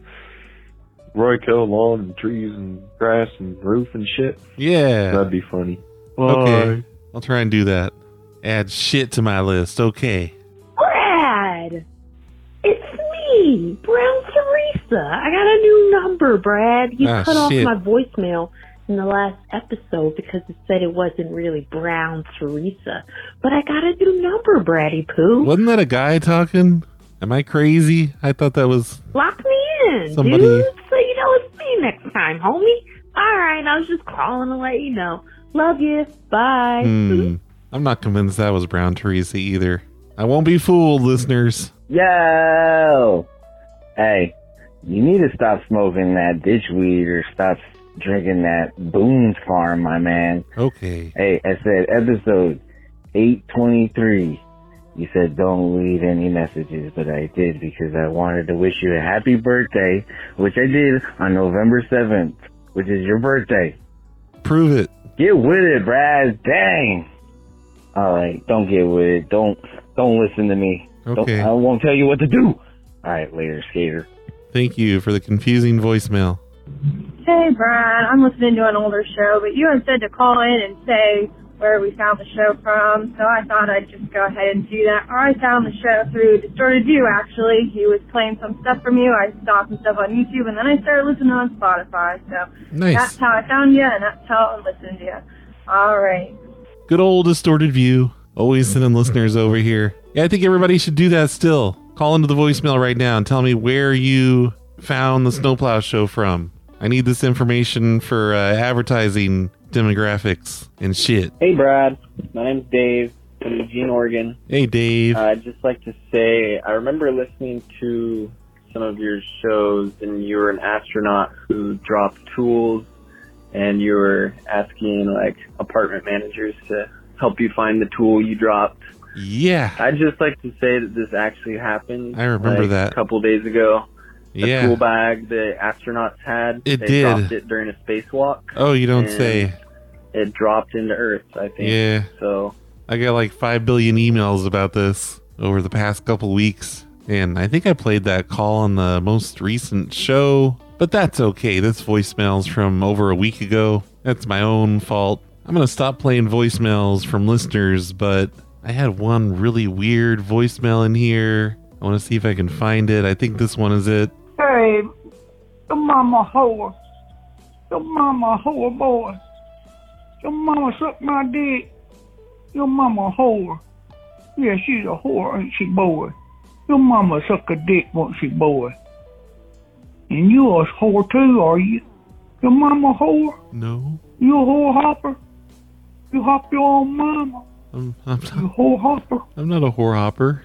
S24: Roy Crow lawn and trees and grass and roof and shit.
S4: Yeah.
S24: That'd be funny.
S4: Okay. I'll try and do that. Add shit to my list. Okay.
S3: Brad!
S7: It's me, Brown Teresa. I got a new number, Brad. You
S8: Ah,
S7: cut off
S8: shit.
S7: my voicemail in the last episode because it said it wasn't really Brown Teresa. But I got a new number, Braddy Pooh.
S4: Wasn't that a guy talking? Am I crazy? I thought that was
S7: Lock me in,
S4: Somebody-
S7: dude. So you know it's me next time, homie. All right, I was just calling to let you know. Love you. Bye.
S4: Hmm. I'm not convinced that was Brown Teresa either. I won't be fooled, listeners.
S31: Yo! Hey, you need to stop smoking that ditchweed or stop drinking that Boone's Farm, my man.
S4: Okay.
S31: Hey, I said episode 823. You said don't leave any messages, but I did because I wanted to wish you a happy birthday, which I did on November 7th, which is your birthday.
S4: Prove it.
S31: Get with it, Brad. Dang. All right, don't get with it. Don't don't listen to me. Don't-
S4: Okay.
S31: I won't tell you what to do. All right, later, skater.
S4: Thank you for the confusing voicemail.
S18: Hey, Brian, I'm listening to an older show, but you had said to call in and say where we found the show from, so I thought I'd just go ahead and do that. Or I found the show uh, through Distorted View, actually. He was playing some stuff from you. I saw some stuff on YouTube, and then I started listening on Spotify, so
S4: Nice.
S18: that's how I found you, and that's how I'm listening to you. All right.
S4: Good old distorted view. Always sending listeners over here. Yeah, I think everybody should do that still. Call into the voicemail right now and tell me where you found the Snowplow Show from. I need this information for uh, advertising demographics and shit.
S16: Hey, Brad. My name's Dave from Eugene, Oregon.
S4: Hey, Dave.
S16: Uh, I'd just like to say I remember listening to some of your shows, and you were an astronaut who dropped tools, and you were asking like apartment managers to help you find the tool you dropped.
S4: yeah.
S16: I'd just like to say that this actually happened.
S4: I remember
S16: like,
S4: that.
S16: a couple days ago. The
S4: Yeah.
S16: tool bag the astronauts had.
S4: It
S16: they
S4: did.
S16: dropped it during a spacewalk.
S4: Oh, you don't
S16: and
S4: say.
S16: It dropped into Earth, I think.
S4: Yeah.
S16: So
S4: I got like 5 billion emails about this over the past couple weeks. And I think I played that call on the most recent show, but that's okay. This voicemail's from over a week ago. That's my own fault. I'm going to stop playing voicemails from listeners, but I had one really weird voicemail in here. I want to see if I can find it. I think this one is it.
S17: Hey, the mama whore. The mama whore boy. Your mama sucked my dick. Your mama whore. Yeah, she's a whore, ain't she, boy? Your mama suck a dick, won't she, boy? And you a whore too, are you? Your mama whore?
S4: No,
S17: You a whore hopper? You hop your own mama?
S4: I'm, I'm not.
S17: You whore hopper?
S4: I'm not a whore hopper.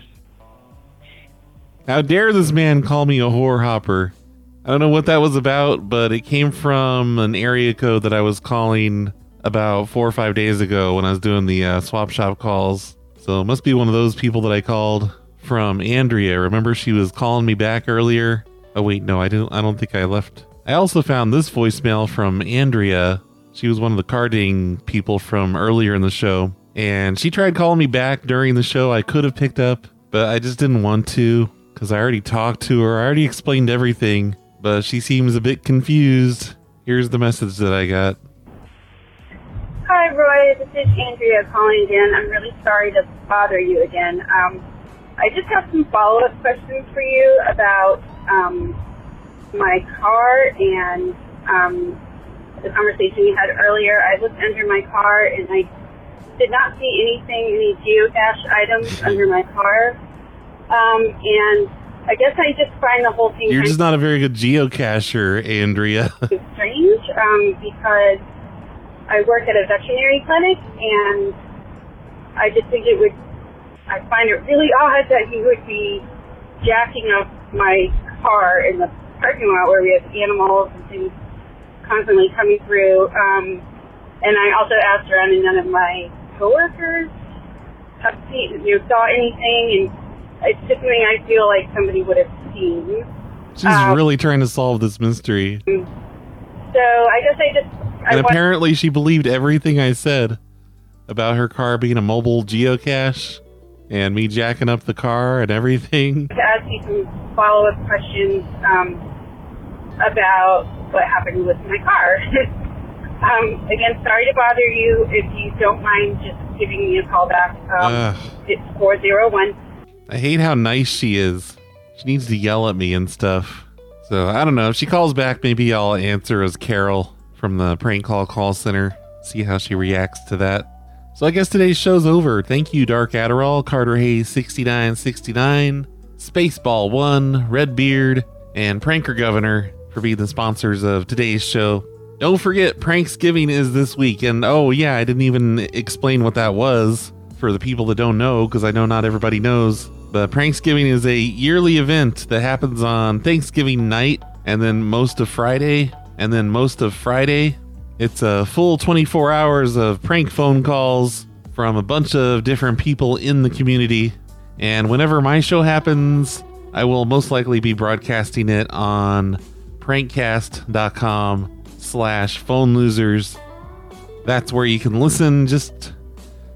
S4: How dare this man call me a whore hopper? I don't know what that was about, but it came from an area code that I was calling about four or five days ago when I was doing the uh, swap shop calls. So it must be one of those people that I called from Andrea. Remember, she was calling me back earlier. Oh wait, no, I didn't. I don't think I left. I also found this voicemail from Andrea. She was one of the carding people from earlier in the show, and she tried calling me back during the show. I could have picked up, but I just didn't want to because I already talked to her. I already explained everything, but she seems a bit confused. Here's the message that I got.
S18: Hi, Roy. This is Andrea calling again. I'm really sorry to bother you again. Um, I just have some follow-up questions for you about um, my car and um, the conversation you had earlier. I looked under my car and I did not see anything, any geocache items under my car. Um, and I guess I just find the whole thing
S4: You're
S18: kind
S4: just not a very good geocacher, Andrea. (laughs)
S18: it's strange um, because I work at a veterinary clinic and I just think it would, I find it really odd that he would be jacking up my car in the parking lot where we have animals and things constantly coming through. Um, and I also asked around and none of my coworkers have seen, you know, saw anything and it's just something I feel like somebody would have seen.
S4: She's
S18: Um,
S4: really trying to solve this mystery.
S18: So I guess I just, I
S4: and
S18: want-
S4: apparently she believed everything I said about her car being a mobile geocache and me jacking up the car and everything.
S18: to ask you some follow up questions um, about what happened with my car. (laughs) um, again, sorry to bother you. If you don't mind just
S4: Uh.
S18: giving me a call back, um,
S4: Ugh.
S18: it's 401.
S4: I hate how nice she is. She needs to yell at me and stuff. So I don't know. If she calls back, maybe I'll answer as Carol from the prank call call center. See how she reacts to that. So I guess today's show's over. Thank you, Dark Adderall, Carter Hayes 6969, Spaceball 1, Redbeard, and Pranker Governor for being the sponsors of today's show. Don't forget, Pranksgiving is this week. And oh, yeah, I didn't even explain what that was for the people that don't know, because I know not everybody knows. But Pranksgiving is a yearly event that happens on Thanksgiving night and then most of Friday. And then most of Friday, it's a full 24 hours of prank phone calls from a bunch of different people in the community. And whenever my show happens, I will most likely be broadcasting it on prankcast.com slash phone losers. That's where you can listen. Just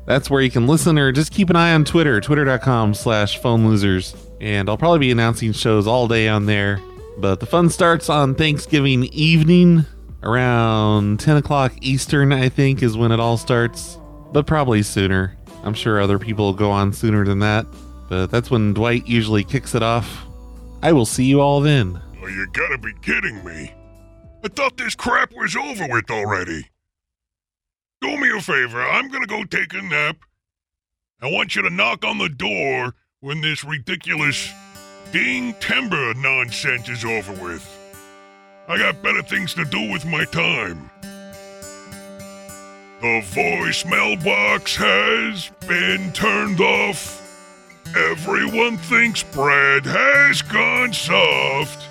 S4: that's where you can listen or just keep an eye on Twitter, twitter.com slash phone losers. And I'll probably be announcing shows all day on there. But the fun starts on Thanksgiving evening around 10 o'clock Eastern, I think, is when it all starts, but probably sooner. I'm sure other people go on sooner than that, but that's when Dwight usually kicks it off. I will see you all then.
S8: Oh, you gotta be kidding me. I thought this crap was over with already. Do me a favor, I'm gonna go take a nap. I want you to knock on the door when this ridiculous ding timber nonsense is over with. I got better things to do with my time. The voicemail box has been turned off. Everyone thinks Brad has gone soft.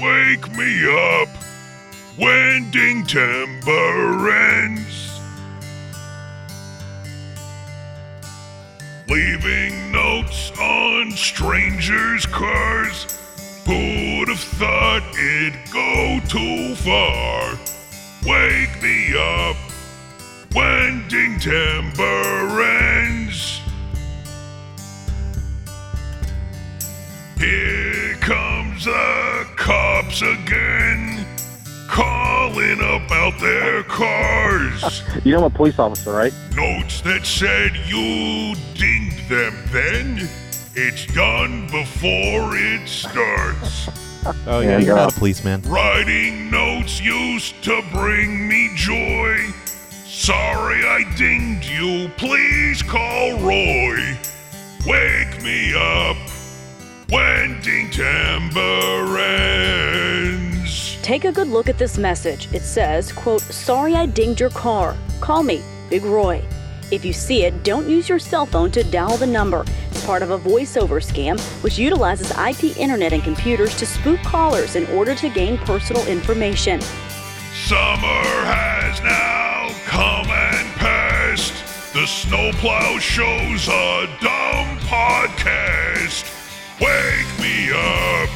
S8: Wake me up when Ding Timber ends. Leaving notes on strangers' cars. Who'd have thought it'd go too far? Wake me up when Ding Timber ends. Here comes the cops again, calling about their cars.
S15: You know I'm a police officer, right?
S8: Notes that said you dinged them then. It's done before it starts.
S4: (laughs) Oh, yeah, you're not a policeman.
S8: Writing notes used to bring me joy. Sorry I dinged you. Please call Roy. Wake me up when Ding Timber ends.
S19: Take a good look at this message. It says, quote, sorry I dinged your car. Call me, Big Roy. If you see it, don't use your cell phone to dial the number. It's part of a voiceover scam which utilizes IP internet and computers to spook callers in order to gain personal information.
S8: Summer has now come and passed. The Snowplow Show's a dumb podcast. Wake me up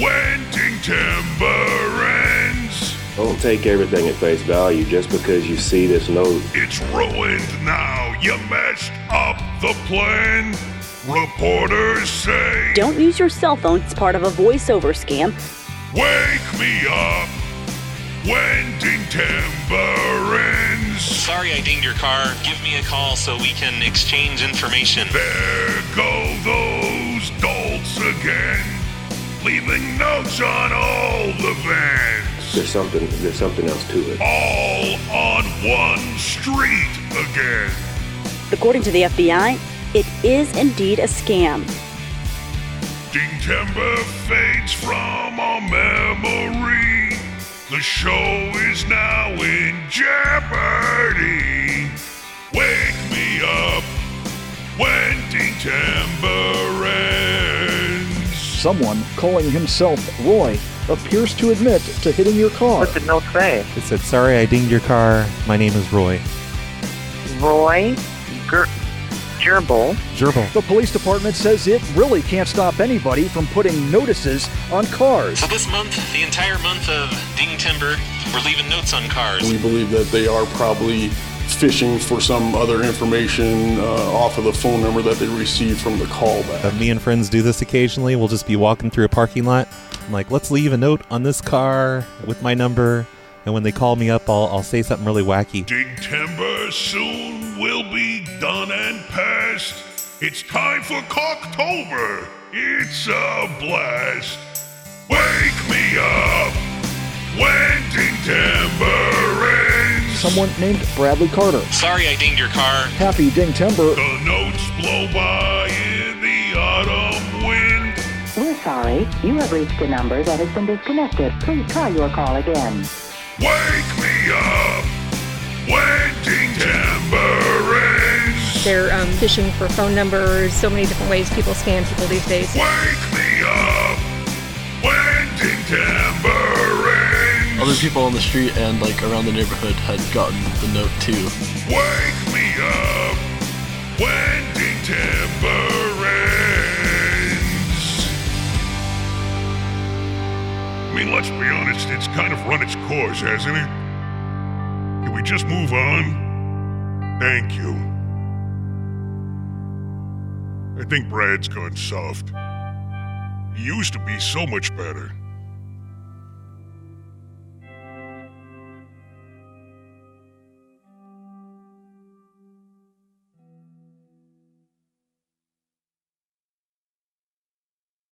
S8: when Ding Timber ends.
S20: Don't take everything at face value just because you see this note.
S8: It's ruined now. You messed up the plan. Reporters say,
S19: Don't use your cell phone. It's part of a voiceover scam.
S8: Wake me up when Ding Timber ends.
S21: Sorry I dinged your car. Give me a call so we can exchange information.
S8: There go those dolts again, leaving notes on all the vans.
S20: There's something. There's something else to it.
S8: All on one street again.
S19: According to the FBI, it is indeed a scam.
S8: Ding Timber fades from our memory. The show is now in jeopardy. Wake me up when Ding Timber ends.
S22: Someone calling himself Roy appears to admit to hitting your car.
S23: What did note say?
S32: It said, Sorry, I dinged your car. My name is Roy.
S23: Roy Ger- Gerbil.
S32: Gerbil.
S22: The police department says it really can't stop anybody from putting notices on cars.
S21: So this month, the entire month of Ding Timber, we're leaving notes on cars.
S33: We believe that they are probably fishing for some other information uh, off of the phone number that they received from the callback.
S32: Uh, me and friends do this occasionally. We'll just be walking through a parking lot. I'm like, let's leave a note on this car with my number. And when they call me up, I'll, I'll say something really wacky.
S8: Ding Timber soon will be done and past. It's time for Cocktober. It's a blast. Wake me up when Ding Timber ends.
S23: Someone named Bradley Carter.
S34: Sorry I dinged your car.
S23: Happy Ding Timber.
S8: The notes blow by in the autumn wind.
S7: We're sorry. You have reached a number that has been disconnected. Please try your call again.
S8: Wake me up when Ding Timber ends.
S35: They're um, fishing for phone numbers, so many different ways people scam people these days.
S8: Wake me up when Ding Timber ends.
S21: Other people on the street and like around the neighborhood had gotten the note too.
S8: Wake me up when Ding Timber ends. I mean, let's be honest, it's kind of run its course, hasn't it? Can we just move on? Thank you. I think Brad's gone soft. He used to be so much better.